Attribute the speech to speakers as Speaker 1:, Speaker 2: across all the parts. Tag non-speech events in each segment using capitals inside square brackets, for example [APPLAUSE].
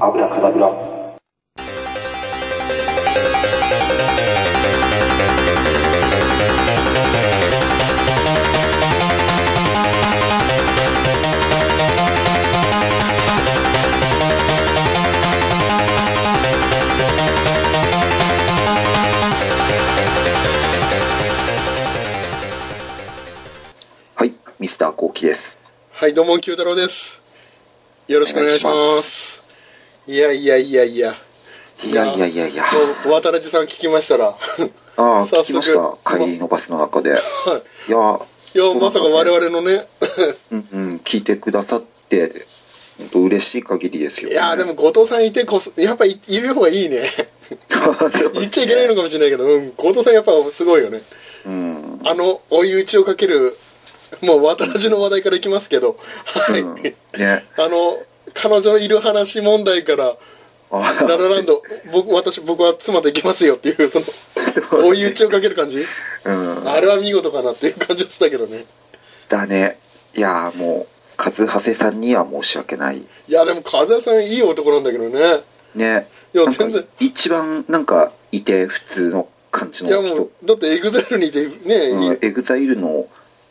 Speaker 1: アブラカダブラ
Speaker 2: はい、ミスターコウキです。
Speaker 3: はい、どうも、九太郎です。よろしくお願いします。いやいやいやいや、
Speaker 2: いやいやいやいや。
Speaker 3: もう、渡良さん聞きましたら、は
Speaker 2: ああ、
Speaker 3: 早
Speaker 2: 聞き
Speaker 3: 速
Speaker 2: ました。帰りのバスの中で。い
Speaker 3: い、
Speaker 2: や、
Speaker 3: いや、まさか我々のね、
Speaker 2: うんうん、聞いてくださって、本当嬉しい限りですよ、
Speaker 3: いや、でも、、後藤さんいてこそ、やっぱいいる方がいいね。言っちゃいけないのかもしれないけど、うん、後藤さんやっぱすごいよね。
Speaker 2: うん。
Speaker 3: あの、追い打ちをかける、もう、渡良の話題からいきますけど、はい、
Speaker 2: うん、ね。
Speaker 3: あの、彼女いる話問題から、
Speaker 2: あ
Speaker 3: [LAUGHS] ララランド、僕、私、僕は妻と行きますよっていう、その、追い打ちをかける感じ
Speaker 2: うん。
Speaker 3: あれは見事かなっていう感じはしたけどね。
Speaker 2: だね。いや、もう、カズハセさんには申し訳ない。
Speaker 3: いや、でも、風谷さんいい男なんだけどね。
Speaker 2: ね。
Speaker 3: いや、
Speaker 2: なんか
Speaker 3: 全然。
Speaker 2: 一番、なんか、いて、普通の感じ
Speaker 3: い
Speaker 2: の
Speaker 3: や、
Speaker 2: 人。
Speaker 3: もう、だって、エグザイルにいて、ね、いい
Speaker 2: エグザイルの、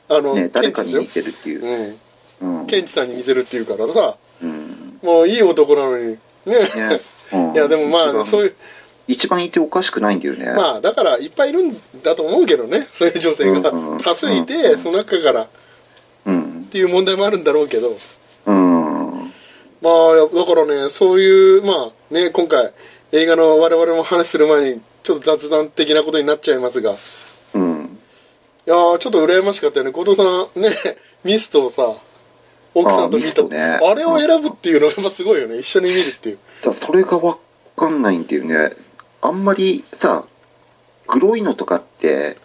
Speaker 3: あの、
Speaker 2: ね、
Speaker 3: ケ
Speaker 2: 誰
Speaker 3: ンチ
Speaker 2: か
Speaker 3: で
Speaker 2: に
Speaker 3: しょ
Speaker 2: 似てるっていう。
Speaker 3: うん。
Speaker 2: うん。
Speaker 3: ケンチさんに似てるっていうからさ、
Speaker 2: うん。
Speaker 3: もういい男なのに。ね。 [LAUGHS]
Speaker 2: ね。うん
Speaker 3: いや、でもまあ、ね、そういう、
Speaker 2: 一番いておかしくないんだよね。
Speaker 3: まあ、だから、いっぱいいるんだと思うけどね、そういう女性が
Speaker 2: うんうん。
Speaker 3: 多数い
Speaker 2: うんう
Speaker 3: て、
Speaker 2: ん
Speaker 3: その中からっ
Speaker 2: うん。
Speaker 3: ていう問題もあるんだろうけど。
Speaker 2: うん。
Speaker 3: まあ、だからね、そういう、まあね、今回、映画の我々も話する前に、ちょっと雑談的なことになっちゃいますが、い
Speaker 2: うん。
Speaker 3: やー、ちょっと羨ましかったよね。後藤さん、ね、 [LAUGHS] ミストをさ、奥さんと見た
Speaker 2: あーミスト、ね
Speaker 3: あれを選ぶっていうのがやっぱすごいよね。一緒に見るっていう。
Speaker 2: だそれがわかんないんだよね。あんまりさ、黒いのとかって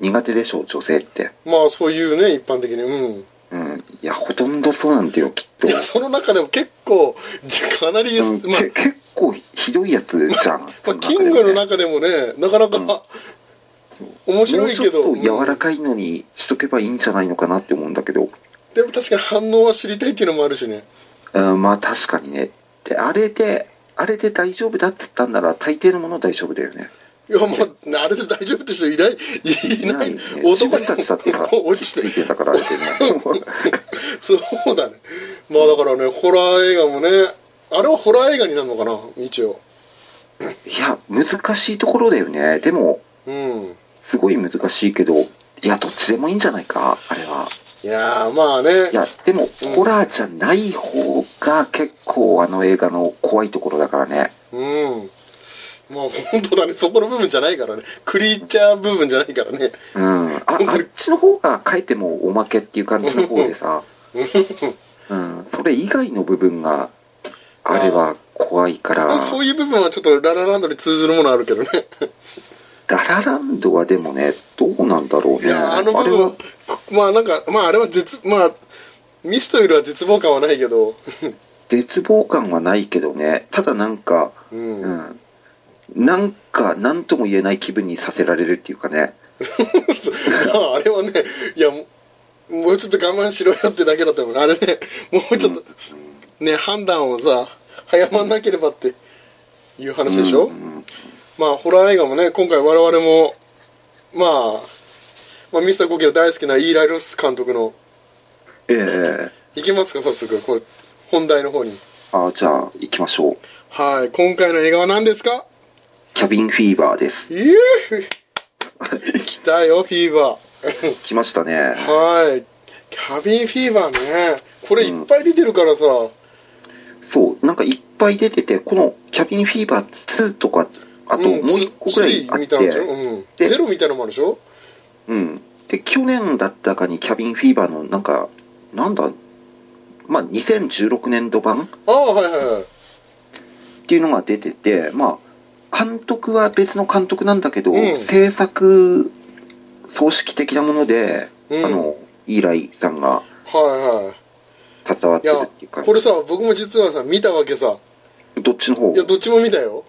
Speaker 2: 苦手でしょ、女性って。
Speaker 3: まあ、そういうね、一般的に。うん。
Speaker 2: うん。いや、ほとんどそうなんだよ、きっと
Speaker 3: い。や、その中でも結構、かなり、
Speaker 2: うん
Speaker 3: まあ
Speaker 2: け、結構ひどいやつじゃん。
Speaker 3: [LAUGHS] まあ、
Speaker 2: そ
Speaker 3: キングの
Speaker 2: 中
Speaker 3: 中でもね、なかなか、面
Speaker 2: でも
Speaker 3: 白
Speaker 2: ね
Speaker 3: いけど、
Speaker 2: もうちょっと柔
Speaker 3: うん
Speaker 2: らかいのにしとけばいいんじゃないのかなって思うんだけど。
Speaker 3: でも確かに反応は知りたいっていうのもあるしね。
Speaker 2: うん、まあ確かにね。で、あれで、あれで大丈夫だっつったんなら大抵のものは大丈夫だよね。
Speaker 3: いやもうあれで大丈夫って人いないいない
Speaker 2: ね自
Speaker 3: 男
Speaker 2: 分
Speaker 3: に
Speaker 2: たちだってさ、
Speaker 3: もう [LAUGHS] 落ちて
Speaker 2: ついてたからあ
Speaker 3: [LAUGHS]
Speaker 2: れでね。
Speaker 3: そうだねまあだからねホラー映画もねあれはホラー映画になるのかな一応
Speaker 2: いや、難しいところだよね。でも、
Speaker 3: うん
Speaker 2: すごい難しいけど、いや、どっちでもいいんじゃないか、あれは。
Speaker 3: いやーまあね
Speaker 2: いや、でも、
Speaker 3: うん
Speaker 2: ホラーじゃない方が結構あの映画の怖いところだからね。
Speaker 3: うんまあ本当だねそこの部分じゃないからねクリーチャー部分じゃないからね
Speaker 2: うん。ああ
Speaker 3: 本当に
Speaker 2: っちの方が書いてもおまけっていう感じの方
Speaker 3: [LAUGHS]
Speaker 2: でさ、うん。それ以外の部分が、あれは怖いか
Speaker 3: ま
Speaker 2: ら
Speaker 3: あ、そういう部分はちょっとララランドに通ずるものあるけどね
Speaker 2: ララランドはでもね、どうなんだろう
Speaker 3: い
Speaker 2: ね。
Speaker 3: やーあの部
Speaker 2: れは
Speaker 3: 分こまあなんかまああれは絶まあミストよりは絶望感はないけど
Speaker 2: 絶望感はないけどねただなんか、
Speaker 3: うん
Speaker 2: うん、なんか何とも言えない気分にさせられるっていうかね
Speaker 3: まああれはねいやもうもうちょっと我慢しろよってだけだったもんあれねもうちょっと、ね判断をさ早まんなければっていう話でしょ、
Speaker 2: うん
Speaker 3: まあホラー映画もね今回我々もまあ、まあ、ミスター・ゴキの大好きなイーライ・ロス監督の
Speaker 2: ええ
Speaker 3: いきますか早速これ本題の方に
Speaker 2: あじゃあ行きましょう
Speaker 3: はい今回の映画は何ですか
Speaker 2: キャビンフィーバーです
Speaker 3: イエーイ来たよフィーバー
Speaker 2: 来ましたね
Speaker 3: はいキャビンフィーバーねこれいっぱい出てるからさ、
Speaker 2: そうなんかいっぱい出ててこのキャビンフィーバー2とかあともう一個ぐらいあ
Speaker 3: 見
Speaker 2: った
Speaker 3: んで
Speaker 2: て
Speaker 3: しょ、うん、
Speaker 2: で
Speaker 3: ゼロみたいのもあるでしょ
Speaker 2: うんで去年だったかにキャビンフィーバーのなんかなんだまあ2016年度版
Speaker 3: ああはいはいはい
Speaker 2: っていうのが出てて、まあ、監督は別の監督なんだけど、
Speaker 3: うん
Speaker 2: 制作葬式的なもので、
Speaker 3: うん
Speaker 2: あのイーライさん
Speaker 3: は
Speaker 2: が
Speaker 3: いはい
Speaker 2: 携わっ
Speaker 3: い
Speaker 2: てる
Speaker 3: や
Speaker 2: っていうか
Speaker 3: これさ僕も実はさ見たわけさ
Speaker 2: どっちの方
Speaker 3: いやどっちも見たよ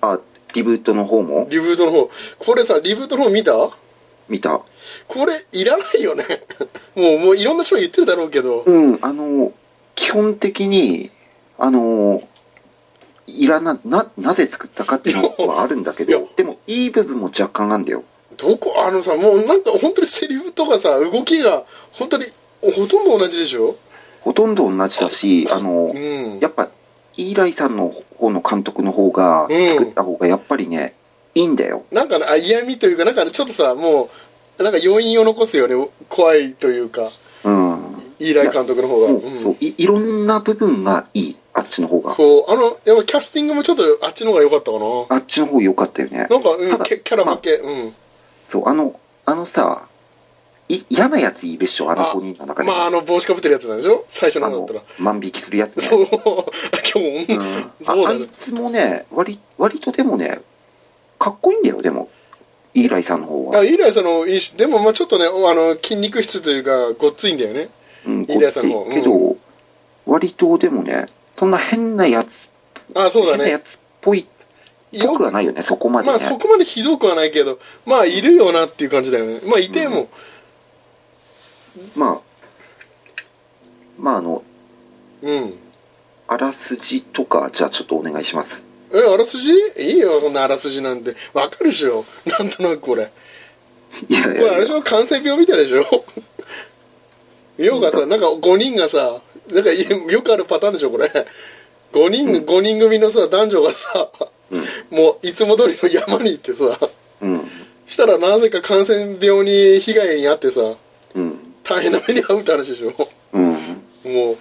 Speaker 2: あリブートの方も
Speaker 3: リブートの方これさリブートの方見た
Speaker 2: 見た
Speaker 3: これいらないよね [LAUGHS] もうもういろんな人が言ってるだろうけど
Speaker 2: うんあの基本的にあのいらな、な、なぜ作ったかっていうのはあるんだけ
Speaker 3: いや
Speaker 2: ど、でもいい部分も若干なんだよ。
Speaker 3: どこあのさもうなんか本当にセリフとかさ動きが本当にほとんど同じでしょ
Speaker 2: ほとんど同じだし、あの
Speaker 3: う、ん
Speaker 2: やっぱ、イーライさんの方の監督の方が、
Speaker 3: うん
Speaker 2: 作った方がやっぱりね、いいんだよ。
Speaker 3: なんかねあ嫌味というかなんかねちょっとさもうなんか余韻を残すよね怖いというか
Speaker 2: うん。も
Speaker 3: イーライ監督の方がう
Speaker 2: う、
Speaker 3: ん
Speaker 2: そうい、いろんな部分がいい、あっちの方が。
Speaker 3: そうあのやっぱキャスティングもちょっとあっちの方が良かったか
Speaker 2: あっちの方良かったよね。
Speaker 3: ななんか、う
Speaker 2: た
Speaker 3: ん、
Speaker 2: だ
Speaker 3: キャキャラ負け、うん
Speaker 2: そう、あの、あのさ、い嫌なやついいでしょ、あの
Speaker 3: あ
Speaker 2: 5人の中で。
Speaker 3: まああの帽子かぶってるやつなんでしょ最初の
Speaker 2: あ
Speaker 3: 方だっ
Speaker 2: の
Speaker 3: たら、
Speaker 2: 万引きするやつね。
Speaker 3: そう今日
Speaker 2: うん
Speaker 3: も、[LAUGHS]
Speaker 2: あ
Speaker 3: そうだ
Speaker 2: あ
Speaker 3: ね
Speaker 2: いつもね割割とでもねかっこいいんだよでもイーライさんの方
Speaker 3: あ
Speaker 2: は、
Speaker 3: イーライさんのいいしでもまあちょっとねおあの筋肉質というかごっついんだよね
Speaker 2: うん、
Speaker 3: イーライさんの方
Speaker 2: こっちけど、割とでもねそんな変なやつ、
Speaker 3: あそうだ
Speaker 2: 変な
Speaker 3: ね
Speaker 2: やつっぽいっぽ
Speaker 3: よ
Speaker 2: くはないよねそこまでね、
Speaker 3: まあそこまでひどくはないけどまあいるよなっていう感じだよねまあいても、
Speaker 2: まあまああの
Speaker 3: うん、
Speaker 2: あらすじとかじゃあちょっとお願いします [LAUGHS]
Speaker 3: えあらすじいいよそんなあらすじなんてわかるでしょなんとなくこれこ
Speaker 2: いや
Speaker 3: れ
Speaker 2: い
Speaker 3: あれ
Speaker 2: や
Speaker 3: で
Speaker 2: い
Speaker 3: し
Speaker 2: や
Speaker 3: ょ感染病みたいでしょ要はさなんか5人がさなんかいよくあるパターンでしょこれ5人、五人組のさ男女がさ
Speaker 2: うん
Speaker 3: もういつも通りの山に行ってさ
Speaker 2: うん
Speaker 3: したらなぜか感染病に被害に遭ってさ
Speaker 2: うん
Speaker 3: 大変な目に遭うって話でしょ
Speaker 2: うん
Speaker 3: もう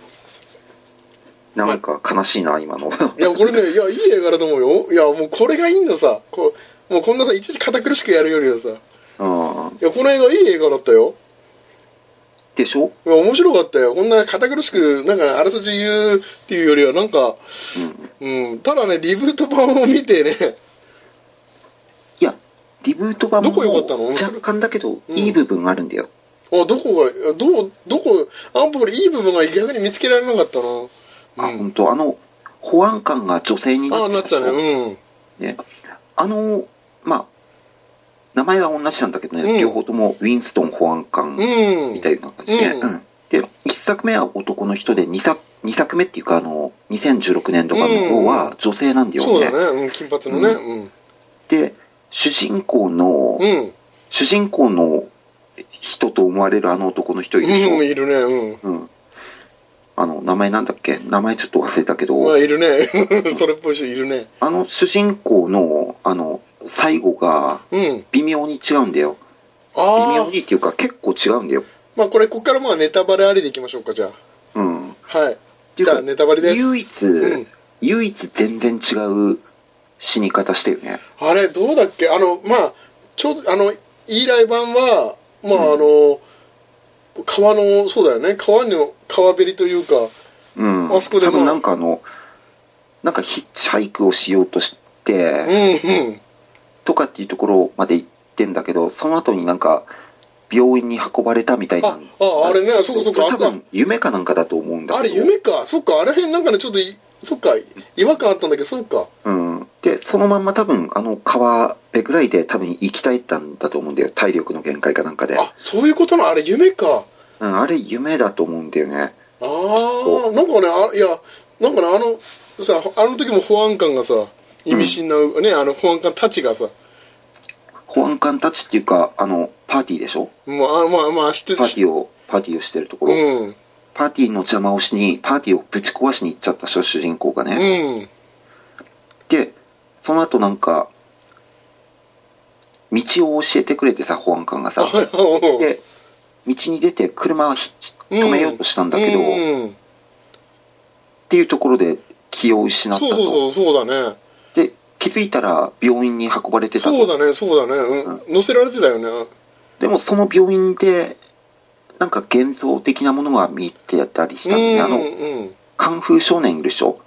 Speaker 2: なんか悲しいな今の [LAUGHS]
Speaker 3: いやこれねいやいい映画だと思うよいやもうこれがいいのさこうもうこんなさいちいち堅苦しくやるよりはさい
Speaker 2: うん
Speaker 3: やこの映画いい映画だったよ
Speaker 2: でしょ、
Speaker 3: いや面白かったよこんな堅苦しくなんかあらすじ言うっていうよりはなんか
Speaker 2: うん、
Speaker 3: うんただねリブート版を見てね [LAUGHS]
Speaker 2: いやリブート版
Speaker 3: どこ良かったの
Speaker 2: も若干だけど、いい部分があるんだよ
Speaker 3: あどこがどうどこあんぽこれいい部分が逆に見つけられなかったな
Speaker 2: あ、
Speaker 3: うん
Speaker 2: 本当あの、保安官が女性にな
Speaker 3: ああな
Speaker 2: っ
Speaker 3: っててたね
Speaker 2: ね。
Speaker 3: うん
Speaker 2: あの、まあ、名前は同じなんだけどね、
Speaker 3: うん
Speaker 2: 両方ともウィンストン保安官
Speaker 3: うん
Speaker 2: みたいな感じで、
Speaker 3: うん
Speaker 2: うんで、1作目は男の人で、2作、二作目っていうか、あの、2016年とかの方は女性なんだよね。
Speaker 3: そうだね、うん、金髪のね
Speaker 2: で、主人公の、
Speaker 3: うんうん
Speaker 2: 主人公の人と思われるあの男の人いるでしょ。
Speaker 3: うんいるねうん
Speaker 2: うんあの、名前なんだっけ名前ちょっと忘れたけど、
Speaker 3: まあいるね [LAUGHS] それっぽい人いるね
Speaker 2: あの主人公の、あの、最後が
Speaker 3: うん
Speaker 2: 微妙に違うんだよ。微
Speaker 3: ああ
Speaker 2: 妙にっていうか結構違うんだよ。
Speaker 3: まあこれここからまあネタバレありでいきましょうかじゃあ
Speaker 2: うん。っ
Speaker 3: はい
Speaker 2: ていう
Speaker 3: じゃあ
Speaker 2: か、
Speaker 3: ネタバレです
Speaker 2: 唯一、
Speaker 3: うん
Speaker 2: 唯一全然違う死に方してるね。
Speaker 3: あれどうだっけあのまあちょうどあのイーライ版はまああの、川のそうだよね川の川べりというか
Speaker 2: うん。
Speaker 3: あそこで
Speaker 2: 多
Speaker 3: も
Speaker 2: 分なんかあの、なんかヒッチハイクをしようとし
Speaker 3: う
Speaker 2: て、
Speaker 3: んうん
Speaker 2: とかっていうところまで行ってんだけど、その後になんか、病院に運ばれたみたいな
Speaker 3: あ。ああれねそうかそうか
Speaker 2: れ多
Speaker 3: あそ
Speaker 2: 分夢かなんかだと思うんだ
Speaker 3: あ
Speaker 2: け
Speaker 3: れ
Speaker 2: ど。
Speaker 3: 夢かそっかあれへんなんかねちょっといそっか違和感あったんだけどそうか
Speaker 2: うん、でそのまんま多分あの川辺ぐらいで多分生き返ったんだと思うんだよ体力の限界かなんかであ,、
Speaker 3: あそういうことのあれ夢か
Speaker 2: うん、あれ夢だと思うんだよね
Speaker 3: ああなんかねあいやなんかねあのさあの時も保安官がさ意味深な、ねあの保安官たちがさ
Speaker 2: 保安官たちっていうかあのパーティーでしょ
Speaker 3: もうあまあまあ知って
Speaker 2: パーティーをパーティーをしてるところ、
Speaker 3: うん
Speaker 2: パーティーの邪魔をしにパーティーをぶち壊しに行っちゃった人主人公が
Speaker 3: う
Speaker 2: ね、
Speaker 3: ん
Speaker 2: でその後なんか道を教えてくれてさ保安官がさ
Speaker 3: あうん
Speaker 2: で道に出て車はひ止めようとしたんだけど、っ
Speaker 3: うん
Speaker 2: ていうところで気を失った
Speaker 3: そ
Speaker 2: と
Speaker 3: うそうそうそうだね
Speaker 2: で気づいたら病院に運ばれてた
Speaker 3: そうだねそうだね、うん乗せられてたよね
Speaker 2: でもその病院でなんか幻想的なものが見てたりし
Speaker 3: う
Speaker 2: たんで、あ
Speaker 3: ん
Speaker 2: の
Speaker 3: うん
Speaker 2: カンフー少年いるでしょ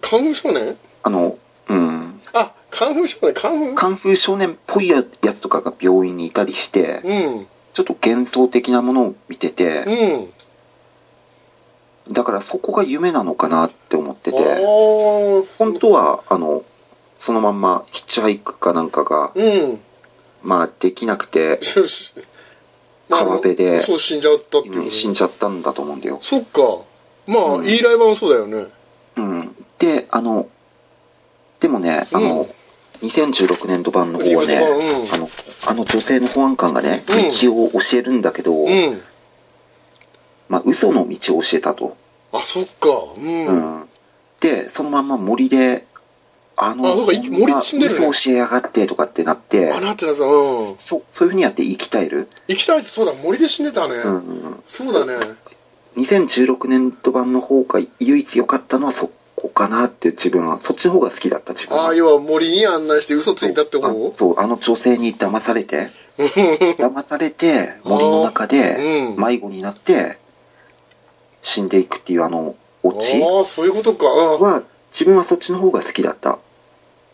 Speaker 3: カンフー少年
Speaker 2: あのうん
Speaker 3: あカンフー少年カンフー
Speaker 2: カンフー少年っぽいやつとかが病院にいたりして
Speaker 3: うん
Speaker 2: ちょっと幻想的なものを見て
Speaker 3: う
Speaker 2: て
Speaker 3: ん
Speaker 2: だからそこが夢なのかなって思って
Speaker 3: ああ
Speaker 2: て本当はあのそのまんまヒッチハイクかなんかが
Speaker 3: うん
Speaker 2: まあできなくて
Speaker 3: そうしまあ
Speaker 2: 川辺で
Speaker 3: そう死んじゃったっていう
Speaker 2: うん死んじゃったんだと思うんだよ
Speaker 3: そっかまあ、
Speaker 2: うん
Speaker 3: イーライ版はそうだよね
Speaker 2: うん、であのね、あの、2016年度版の方はね、
Speaker 3: うん
Speaker 2: あの、あの女性の保安官がね、
Speaker 3: うん
Speaker 2: 道を教えるんだけど、
Speaker 3: うん
Speaker 2: まあ、嘘の道を教えたと。
Speaker 3: あそっかうん、
Speaker 2: うんで、そのまんま森で、あの、
Speaker 3: あそうかい森死んでるね
Speaker 2: 嘘教えやがってとかってなって
Speaker 3: あ、なってなさうん
Speaker 2: そそういうふうにやって生き絶える。
Speaker 3: 行きたいってそうだ森で死んでたね、
Speaker 2: うんうん、
Speaker 3: そうだね
Speaker 2: 2016年度版の方が唯一良かったのはそこかなっていう自分は、そっちの方が好きだった自分は
Speaker 3: ああ要は森に案内して嘘ついたって
Speaker 2: あ
Speaker 3: 方
Speaker 2: そう、あの女性に騙さ
Speaker 3: [LAUGHS]
Speaker 2: れて、騙されて、森の中で
Speaker 3: うん
Speaker 2: 迷子になって、死んでいくっていうあの、オチ
Speaker 3: ああそういうことかうん
Speaker 2: は、自分はそっちの方が好きだった。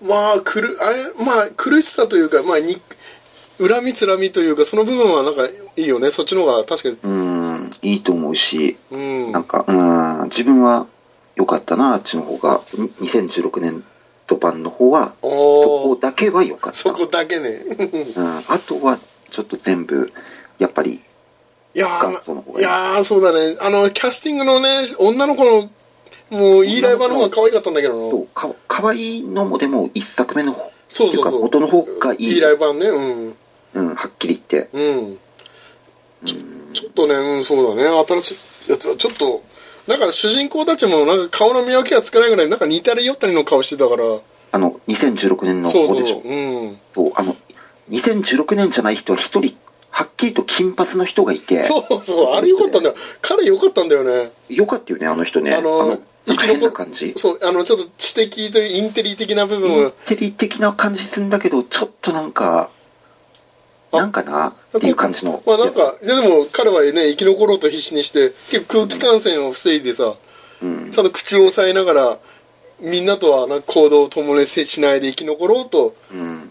Speaker 3: まあくるあれまあ苦しさというかまあに恨みつらみというかその部分はなんかいいよねそっちの方が確かに
Speaker 2: うん、いいと思うし、
Speaker 3: うん
Speaker 2: なんか、うん、自分は良かったな、あっちの方が。に2016年度版の方は、
Speaker 3: お
Speaker 2: そこ
Speaker 3: お
Speaker 2: だけは良かった。
Speaker 3: そこだけね [LAUGHS]
Speaker 2: うん、あとは、ちょっと全部、やっぱり、
Speaker 3: いやー
Speaker 2: 元祖の方が
Speaker 3: いやーそうだねあのキャスティングのね女の子のもういいライバーの方が可愛かったんだけど
Speaker 2: と
Speaker 3: な
Speaker 2: か可愛いのもでも一作目の方
Speaker 3: そう
Speaker 2: って
Speaker 3: そ
Speaker 2: い
Speaker 3: うう
Speaker 2: か
Speaker 3: そう
Speaker 2: 元の方がいい
Speaker 3: いいライバーねうん
Speaker 2: うん、はっきり言って。
Speaker 3: うん
Speaker 2: うん
Speaker 3: ちょっとね、うん、そうだね。新しいやつはちょっと、だから主人公たちもなんか顔の見分けがつかないぐらい、なんか似たり寄ったりの顔してたから、
Speaker 2: あの、2016年の
Speaker 3: そう
Speaker 2: 方
Speaker 3: そう
Speaker 2: でし
Speaker 3: そう、
Speaker 2: ょ。
Speaker 3: うん。
Speaker 2: そうあの、2016年じゃない人は一人、はっきりと金髪の人がいて、
Speaker 3: そうそう、あれよかったんだよ。彼よかったんだよね。
Speaker 2: よかったよね、あの人ね。
Speaker 3: あの
Speaker 2: なんか
Speaker 3: 生き
Speaker 2: 変
Speaker 3: 残
Speaker 2: な
Speaker 3: っ
Speaker 2: 感じ。
Speaker 3: そう、あの、ちょっと知的というインテリ的な部
Speaker 2: イ
Speaker 3: 分
Speaker 2: ン
Speaker 3: は、
Speaker 2: テリ的な感じするんだけど、ちょっとなんか、
Speaker 3: あ
Speaker 2: なんかなっていう感じの。
Speaker 3: まあなんか、でも彼はね、生き残ろうと必死にして、結構空気感染を防いでさ、
Speaker 2: うん
Speaker 3: ちゃんと口を押さえながら、みんなとはなんか行動を共にしないで生き残ろうと、
Speaker 2: うん。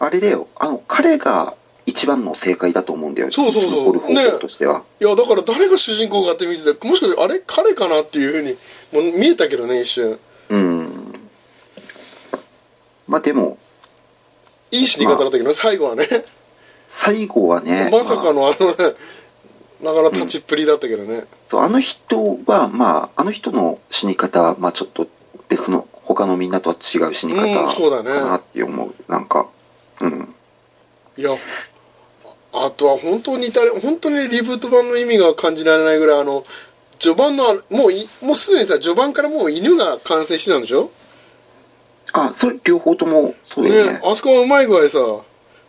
Speaker 2: あれだよ、あの、彼が一番の正解だと思うんだよ。
Speaker 3: そうそうそう
Speaker 2: 生き残る方法としては。
Speaker 3: いやだから誰が主人公かって見ててもしかしてあれ彼かなっていうふうにもう見えたけどね一瞬
Speaker 2: うん。まあでも、
Speaker 3: いい死に方だったけどね最後はね
Speaker 2: 最後はね、
Speaker 3: まさ
Speaker 2: ま
Speaker 3: か
Speaker 2: あ
Speaker 3: のあのねなかなか立ちっぷりだったけどね
Speaker 2: そうあの人は、まあ、あの人の死に方は、まあちょっと別の、他のみんなとは違う死に方
Speaker 3: うんそうだ
Speaker 2: か
Speaker 3: ね
Speaker 2: なって思う。なんか、うん。
Speaker 3: いやああとは本当に似たり本当にリブート版の意味が感じられないぐらいあの序盤のあのもういもうすでにさ序盤からもう犬が完成してたんでしょ
Speaker 2: あ、それ両方ともそうだよね。
Speaker 3: ねあそこはうまい具合さ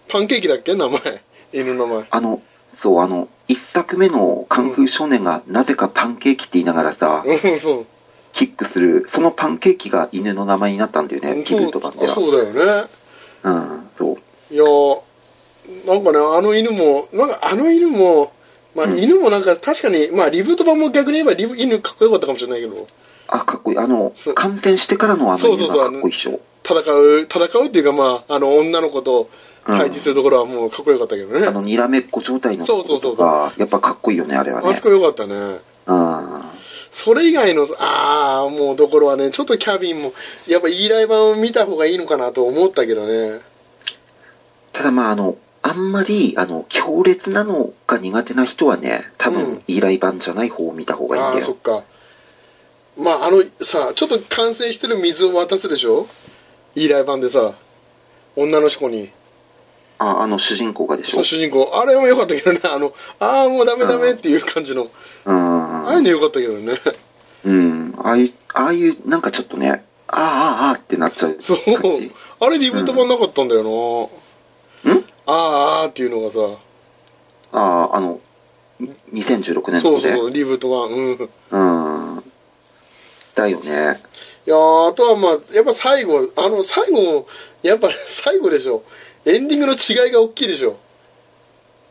Speaker 3: パンケーキだっけ名前犬の名前
Speaker 2: あの、そう、あの、一作目のカンフー少年がなぜかパンケーキって言いながらさ、
Speaker 3: うんそう
Speaker 2: キックする、そのパンケーキが犬の名前になったんだよね、リブート版で
Speaker 3: そう
Speaker 2: は。
Speaker 3: そうだよね
Speaker 2: うん、そう。
Speaker 3: いやーなんかねあの犬もなんかあの犬もまあ、
Speaker 2: うん
Speaker 3: 犬もなんか確かにまあリブート版も逆に言えばリブ犬かっこよかったかもしれないけど
Speaker 2: あ、かっこいい。あの
Speaker 3: そう、
Speaker 2: 感染してからのあの
Speaker 3: そう
Speaker 2: 犬
Speaker 3: そう
Speaker 2: が
Speaker 3: そう
Speaker 2: かっこいいでしょ。
Speaker 3: 戦う戦うっていうかまああの女の子と
Speaker 2: うん
Speaker 3: 対峙するところはもうかっこよかったけどね、
Speaker 2: あの、にらめっこ状態のとこ
Speaker 3: そう
Speaker 2: ろ
Speaker 3: そうそう
Speaker 2: と
Speaker 3: そう
Speaker 2: か、やっぱかっこいいよね、あれは
Speaker 3: あ
Speaker 2: ね
Speaker 3: そ。こよかったね
Speaker 2: うん。
Speaker 3: それ以外のああもうところはねちょっとキャビンもやっぱ E ライ版を見た方がいいのかなと思ったけどね
Speaker 2: ただまあ、あの、あんまり、あの、強烈なのが苦手な人はね、多
Speaker 3: う
Speaker 2: 分
Speaker 3: ん、
Speaker 2: 依頼版じゃない方を見た方がいいん
Speaker 3: ああ
Speaker 2: だ
Speaker 3: そっ
Speaker 2: よ。
Speaker 3: かまああのさちょっと完成してる水を渡すでしょイーライ版でさ女の子に
Speaker 2: あ、あの、主人公がでし
Speaker 3: そ
Speaker 2: ょ
Speaker 3: の。主人公あれも良かったけどねあのああもうダメダメっていう感じの、
Speaker 2: うん。
Speaker 3: ああいうの良かったけどね [LAUGHS]
Speaker 2: うん。ああいう、ああいう、なんかちょっとね、ああ、ああ、ああってなっちゃう。
Speaker 3: そうあれリブート版なかったんだよな、
Speaker 2: うん
Speaker 3: あーあーっていうのがさ
Speaker 2: ああ、あの、2016年
Speaker 3: そ
Speaker 2: の
Speaker 3: うそう
Speaker 2: ね。
Speaker 3: リブート版うん
Speaker 2: うん。だよね。
Speaker 3: いやーあとはまあやっぱ最後あの最後やっぱ最後でしょエンディングの違いが大きいでしょ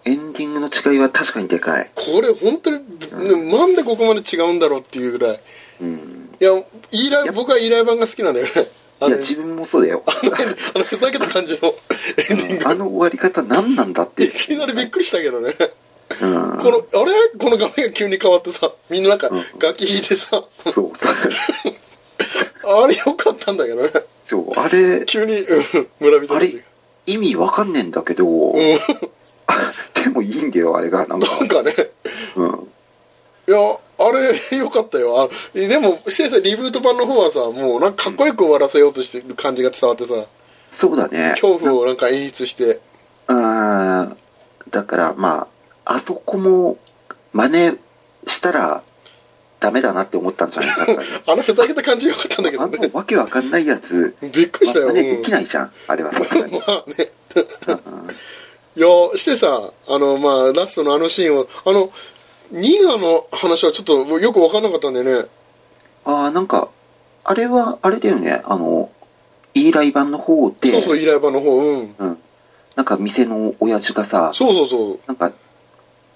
Speaker 2: エンディングの違いは確かにでかい。
Speaker 3: これ本当に、ねなんでここまで違うんだろうっていうぐらい
Speaker 2: うん。
Speaker 3: いやイーライ
Speaker 2: やっぱ
Speaker 3: 僕はイーライ版が好きなんだよね
Speaker 2: い
Speaker 3: あの
Speaker 2: や、自分もそうだよ。
Speaker 3: あのふざけた感じのエンディング
Speaker 2: あの終わり方何なんだって。
Speaker 3: いきなりびっくりしたけどね、
Speaker 2: うん。
Speaker 3: このあれこの画面が急に変わってさみんななんか
Speaker 2: うん
Speaker 3: 楽器弾いてさ、
Speaker 2: そうそう。 [LAUGHS]
Speaker 3: あれよかったんだけどね
Speaker 2: そう、あれ、
Speaker 3: 急に、うん、村人
Speaker 2: あ
Speaker 3: たち
Speaker 2: れ、意味わかんねえんだけど、 [LAUGHS]
Speaker 3: うん
Speaker 2: でもいいんだよ、あれが。なんか、
Speaker 3: なんかね
Speaker 2: うん。
Speaker 3: いやあれよかったよあのでもしてさリブート版の方はさもうなんかかっこよく終わらせようとしてる感じが伝わってさ
Speaker 2: そうだね
Speaker 3: 恐怖をなんか演出して
Speaker 2: うんだからまああそこも真似したらダメだなって思ったんじゃない
Speaker 3: [LAUGHS]
Speaker 2: かったね
Speaker 3: あのふざけた感じよかったんだけ
Speaker 2: あ
Speaker 3: どね
Speaker 2: のわけわかんないやつ
Speaker 3: びっくりしたよ、
Speaker 2: 真似で
Speaker 3: うん
Speaker 2: きないじゃん、あれはさすがに
Speaker 3: まあね [LAUGHS] いやしてさあのまあラストのあのシーンをあのニガの話はちょっともうよく分かんなかったんだよね
Speaker 2: ああなんかあれはあれだよねあのイーライ版の方で
Speaker 3: そうそう依頼場の方うん
Speaker 2: うん、なんか店の親父がさ
Speaker 3: そうそうそう
Speaker 2: なんか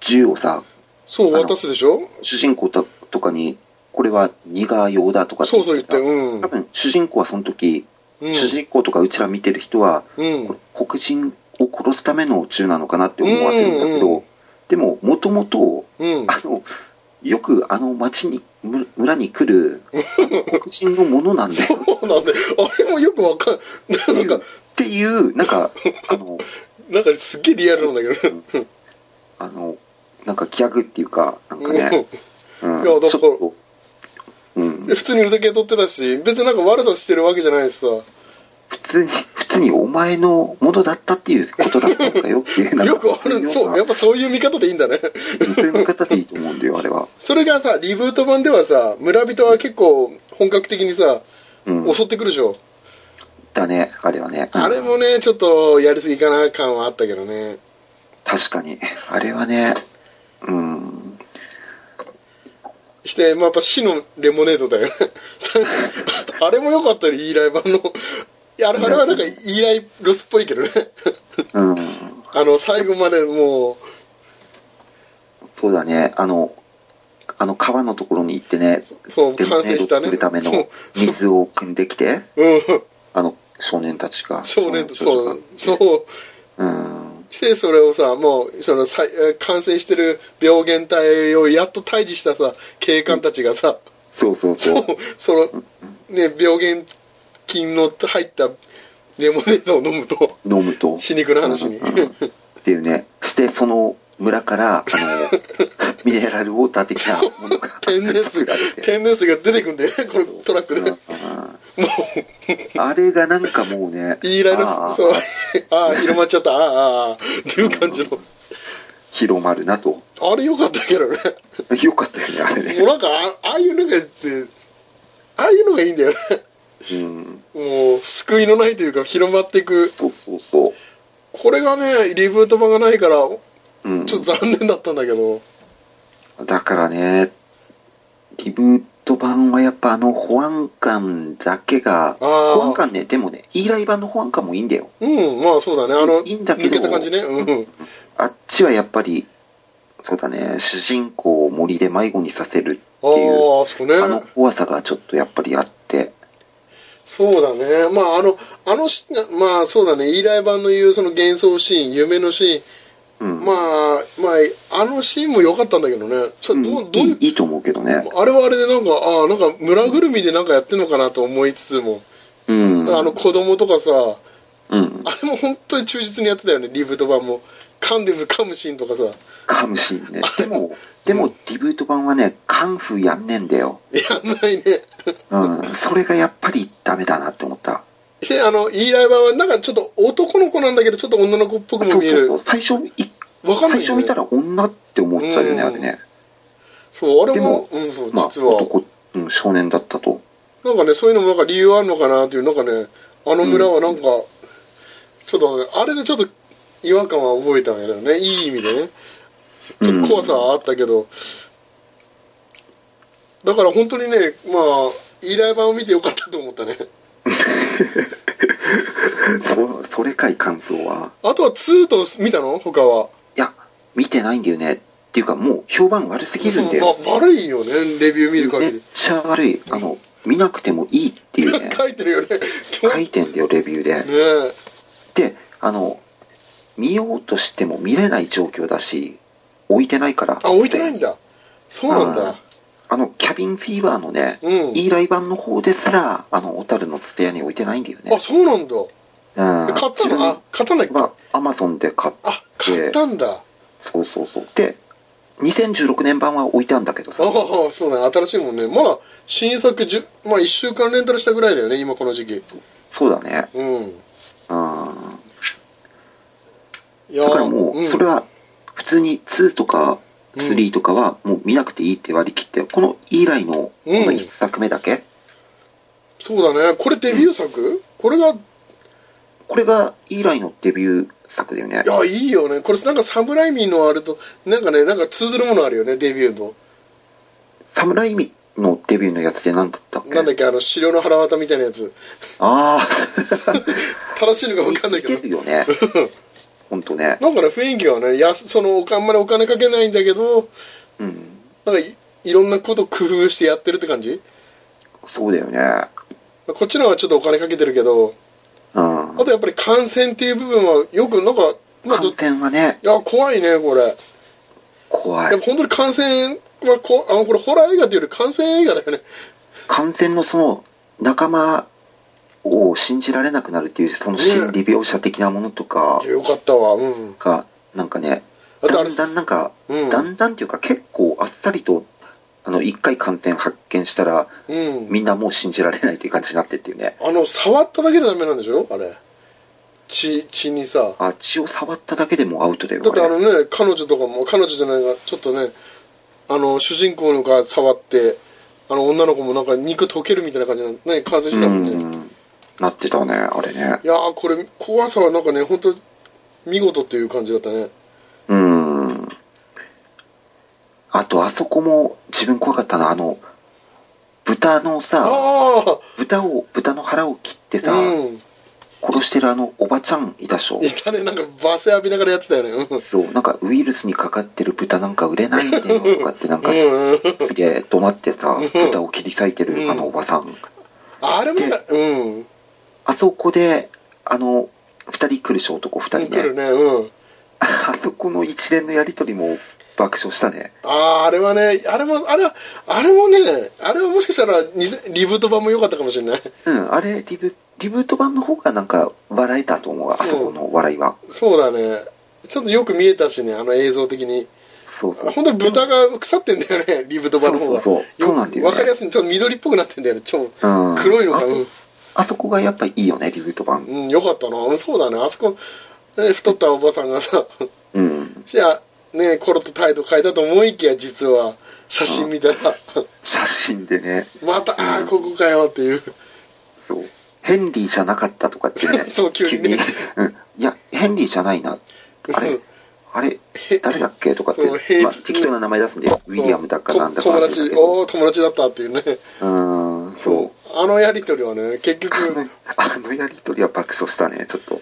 Speaker 2: 銃をさ
Speaker 3: そう渡すでしょ
Speaker 2: 主人公ととかにこれはニガー用だとか
Speaker 3: そうそう言って
Speaker 2: さ
Speaker 3: うん
Speaker 2: 多分主人公はその時、
Speaker 3: うん
Speaker 2: 主人公とかうちら見てる人は
Speaker 3: うん
Speaker 2: 黒人を殺すための銃なのかなって思わせるんだけど、
Speaker 3: うんうん
Speaker 2: でももともと
Speaker 3: うん
Speaker 2: あのよくあの町にむ村に
Speaker 3: [LAUGHS]
Speaker 2: 来る黒人のものなんだよ
Speaker 3: そうなんであれもよくわかんなんか
Speaker 2: っていうなんかあの
Speaker 3: なんかすっげえリアルなんだけど
Speaker 2: あのなんかギャグっていうかなんかね、うん、
Speaker 3: いやだから
Speaker 2: ちょっとうん
Speaker 3: うん、普通に腕系取ってたし別になんか悪さしてるわけじゃないしさよ
Speaker 2: 普通に普通にお前のものだったっていうことだったのかよっていうなんか
Speaker 3: くあるそうやっぱそういう見方でいいんだね
Speaker 2: そういう見方でいいと思うんだよあれは、
Speaker 3: それがさリブート版ではさ村人は結構本格的にさ
Speaker 2: うん、
Speaker 3: 襲ってくるでしょ、
Speaker 2: だねあれはね、うん
Speaker 3: あれもねちょっとやりすぎかな感はあったけどね
Speaker 2: 確かにあれはねうん
Speaker 3: して、まあ、やっぱ死のレモネードだよね [LAUGHS] さあれも良かったよイーライ版のいやあれあれはなんかイーライロスっぽいけどね
Speaker 2: うん
Speaker 3: あの最後までも
Speaker 2: そうだねあのあの川のところに行ってね
Speaker 3: うそう
Speaker 2: レモ
Speaker 3: 完
Speaker 2: ネ
Speaker 3: 成
Speaker 2: ー
Speaker 3: し
Speaker 2: ド
Speaker 3: た
Speaker 2: を
Speaker 3: ね
Speaker 2: 作るための
Speaker 3: そう
Speaker 2: 水を汲んできて
Speaker 3: そううん
Speaker 2: あの少年たちが
Speaker 3: 少年とそ
Speaker 2: 少
Speaker 3: う
Speaker 2: 年たち
Speaker 3: そ
Speaker 2: が
Speaker 3: う
Speaker 2: うん
Speaker 3: してそれをさもうそのさえー完成してる病原体をやっと退治したさ警官たちがさ、
Speaker 2: そうそうそ
Speaker 3: そううそのね病原菌の入ったレモネードを飲むと
Speaker 2: 飲むと
Speaker 3: 皮肉な話に、
Speaker 2: うんうんうんっていうねしてその村から
Speaker 3: [LAUGHS]
Speaker 2: あのミネラルウォーター的なものが
Speaker 3: 天然水
Speaker 2: [LAUGHS]
Speaker 3: が
Speaker 2: 作られて
Speaker 3: 天然水が出てくんだよねこのトラックで、
Speaker 2: うんうんあれがなんかもうね
Speaker 3: いいられ
Speaker 2: ああ
Speaker 3: そうああ広まっちゃったああああっていう感じの
Speaker 2: 広まるなと
Speaker 3: あれよかったけどね
Speaker 2: よかったよねあれ
Speaker 3: もう
Speaker 2: ね、
Speaker 3: なんかあああいうのがってああいうのがいいんだよね
Speaker 2: うん、
Speaker 3: もう救いのないというか広まっていく
Speaker 2: そうそうそ
Speaker 3: これがねリブート版がないからちょ
Speaker 2: う、うん、
Speaker 3: っと残念だったんだけど
Speaker 2: だからねリブート版はやっぱあの保安官だけが
Speaker 3: あー
Speaker 2: 保安官ねでもねイーライ版の保安官もいいんだよ
Speaker 3: うんまあそうだねあの
Speaker 2: いいんだけど
Speaker 3: 抜けた感じねうん
Speaker 2: あっちはやっぱりそうだね主人公を森で迷子にさせるっていう
Speaker 3: あああそこね
Speaker 2: あの怖さがちょっとやっぱりあって
Speaker 3: そうだねまああのあのしまあそうだねイーライ版の言うその幻想シーン夢のシ
Speaker 2: う
Speaker 3: ー
Speaker 2: ん
Speaker 3: ンまあまああのシーンも良かったんだけどねちょ
Speaker 2: うん
Speaker 3: どうどう
Speaker 2: い
Speaker 3: い
Speaker 2: いういいと思うけどね
Speaker 3: あれはあれでなんかああなんか村ぐるみでなんかやってんのかなと思いつつも、
Speaker 2: うん
Speaker 3: あの子供とかさ
Speaker 2: うん
Speaker 3: あれも本当に忠実にやってたよねリブート版も噛んで噛むシーンとかさ
Speaker 2: かもしんねでも
Speaker 3: [LAUGHS]
Speaker 2: でもリブート版はねカンフーやんねんだよ
Speaker 3: やんないね
Speaker 2: うんそれがやっぱりダメだなって思った
Speaker 3: してあのイーライ版はなんかちょっと男の子なんだけどちょっと女の子っぽく
Speaker 2: そ
Speaker 3: も
Speaker 2: う
Speaker 3: 見え
Speaker 2: そう
Speaker 3: る
Speaker 2: そう最初い
Speaker 3: わかんないよ
Speaker 2: 最
Speaker 3: ね
Speaker 2: 初見たら女って思っちゃうよね
Speaker 3: うん
Speaker 2: あれね
Speaker 3: そうあれ
Speaker 2: で
Speaker 3: も
Speaker 2: も
Speaker 3: うんそう
Speaker 2: まあ
Speaker 3: 実は、
Speaker 2: 男うん少年だったと [LAUGHS]
Speaker 3: なんかねそういうのもなんか理由あるのかなっていうなんかねあの村はなんか、ちょっとねあれでちょっと違和感は覚えたんやけどねいい意味でねちょっと怖さはあったけど、だから本当にねまあイーライ版を見てよかったと思ったね
Speaker 2: そそれかい感想は
Speaker 3: あとは2と見たの他はい
Speaker 2: や見てないんだよねっていうかもう評判悪すぎるんだよ
Speaker 3: そうま悪いよねレビュー見る
Speaker 2: め
Speaker 3: 限
Speaker 2: っ
Speaker 3: り
Speaker 2: ちゃ悪いあの見なくてもいいっていうね
Speaker 3: 書いてるよね
Speaker 2: 書いてんだよレビューで
Speaker 3: ねえ
Speaker 2: であの見ようとしても見れない状況だし置いてないから
Speaker 3: あ置いてないんだそうなん
Speaker 2: あ
Speaker 3: だ
Speaker 2: あのキャビンフィーバーのね、
Speaker 3: うん
Speaker 2: イーライ版の方ですらあの小樽の蔦屋に置いてないんだよ
Speaker 3: あ
Speaker 2: ね
Speaker 3: そうなんだ
Speaker 2: うん
Speaker 3: 買ったのあ買ったんだっけ
Speaker 2: まあアマゾンで買っ
Speaker 3: あ買ったんだ
Speaker 2: そうそうそうで2016年版は置いたんだけどさ
Speaker 3: ああそうだね新しいもんねまだ新作じゅまあ1週間レンタルしたぐらいだよね今この時期
Speaker 2: そうだね
Speaker 3: うん
Speaker 2: うん
Speaker 3: いやー
Speaker 2: だからも
Speaker 3: ん
Speaker 2: うそれは普通に2とか3とかはもう見なくていいって割り切ってこの以来のこ
Speaker 3: うん
Speaker 2: の1作目だけ
Speaker 3: そうだねこれデビュー作、これがい
Speaker 2: これが以来のデビュー作だよね
Speaker 3: やいいよねこれなんかサムライミのあれとなんかねなんか通ずるものあるよねデビューの
Speaker 2: サムライミのデビューのやつで何だったっけ
Speaker 3: なんだっけあの資料の腹渡みたいなやつ
Speaker 2: あ
Speaker 3: [LAUGHS] 正しいのか
Speaker 2: あ
Speaker 3: 分かんないけ
Speaker 2: 似
Speaker 3: ど
Speaker 2: てるよ
Speaker 3: [LAUGHS]
Speaker 2: ね本当ね
Speaker 3: なんかね雰囲気はねやすそのおかあんまりお金かけないんだけど
Speaker 2: うん
Speaker 3: なんかいいろんなこと工夫してやってるって感じ
Speaker 2: そうだよね
Speaker 3: こっちのはちょっとお金かけてるけど
Speaker 2: うん
Speaker 3: あとやっぱり感染っていう部分はよくなんか、まあど
Speaker 2: 感染はね
Speaker 3: いや怖いねこれ
Speaker 2: 怖
Speaker 3: で
Speaker 2: い
Speaker 3: も本当に感染はこあのこれホラー映画っていうより感染映画だよね
Speaker 2: 感染のその仲間を信じられなくなるっていうその心理描写的なものとか
Speaker 3: いやよかったわうん
Speaker 2: がなんかね
Speaker 3: あと
Speaker 2: だ
Speaker 3: あれ
Speaker 2: んだんなんか、
Speaker 3: うん
Speaker 2: だんだんっていうか結構あっさりとあの1回感染発見したら
Speaker 3: うん
Speaker 2: みんなもう信じられないっていう感じになってっていうね
Speaker 3: あの触っただけでダメなんでしょあれ血血にさ
Speaker 2: あ血を触っただけでもうアウトだよ
Speaker 3: だってあ
Speaker 2: あ
Speaker 3: の
Speaker 2: れ
Speaker 3: ね彼女とかも彼女じゃないがちょっとねあの主人公のが触ってあの女の子もなんか肉溶けるみたいな感じなね完成したもんね、
Speaker 2: う
Speaker 3: い
Speaker 2: んなってたねあれね
Speaker 3: やーこれ怖さはなんかね本当見事っていう感じだったね
Speaker 2: うんあとあそこも自分怖かったなあの豚のさ
Speaker 3: あ
Speaker 2: 豚を豚の腹を切って
Speaker 3: あ
Speaker 2: さ、
Speaker 3: うん
Speaker 2: 殺してるあのおばちゃんいたでしょ
Speaker 3: いたねなんか罵声浴びながらやってたよねうん
Speaker 2: そうなんかウイルスにかかってる豚なんか売れないんだよとかってなんか
Speaker 3: うんうん
Speaker 2: すげえ怒鳴ってさ豚を切り裂いて
Speaker 3: うん
Speaker 2: るあのおばさん
Speaker 3: あれもなうん
Speaker 2: あそこであの2人来るでしょ男2
Speaker 3: 来
Speaker 2: 人
Speaker 3: る
Speaker 2: ね
Speaker 3: ねうん
Speaker 2: [LAUGHS] あそこの一連のやり取りも爆笑したね
Speaker 3: あああれはねあれもあれはあれもねあれはもしかしたらにリブート版も良かったかもしれない
Speaker 2: うんあれリブリブート版の方がなんか笑えたと思うわあ
Speaker 3: そう
Speaker 2: そこの笑いは
Speaker 3: そうだねちょっとよく見えたしねあの映像的に
Speaker 2: そうそう
Speaker 3: 本当に豚が腐ってんだよねリブドバの方が
Speaker 2: そうそうそうそうなんだよね
Speaker 3: わかりやすいちょっと緑っぽくなってんだよね超
Speaker 2: うん
Speaker 3: 黒いの
Speaker 2: あ
Speaker 3: か
Speaker 2: そ
Speaker 3: うん、
Speaker 2: あそこがやっぱいいよねリブート版
Speaker 3: うん、よかったなうんそうだねあそこ、ね、太ったおばさんがさ
Speaker 2: うん
Speaker 3: じゃあねコロと態度変えたと思いきや実は写真見たら
Speaker 2: 写真でね
Speaker 3: またああここかよっていう
Speaker 2: そうヘンリーじゃなかったとかってね
Speaker 3: [LAUGHS] そう急にね
Speaker 2: うん、いやヘンリーじゃないなあ
Speaker 3: う
Speaker 2: れ
Speaker 3: ん
Speaker 2: あれ誰だっけとかって、
Speaker 3: そう平日
Speaker 2: まあ、適当な名前出すんでウィリアムだかなんだか
Speaker 3: と友
Speaker 2: 忘れた
Speaker 3: 達
Speaker 2: けど
Speaker 3: おお友達だったっていうね
Speaker 2: うーんそう
Speaker 3: あのやり取りはね結局
Speaker 2: あのあのやり取りは爆笑したねちょっと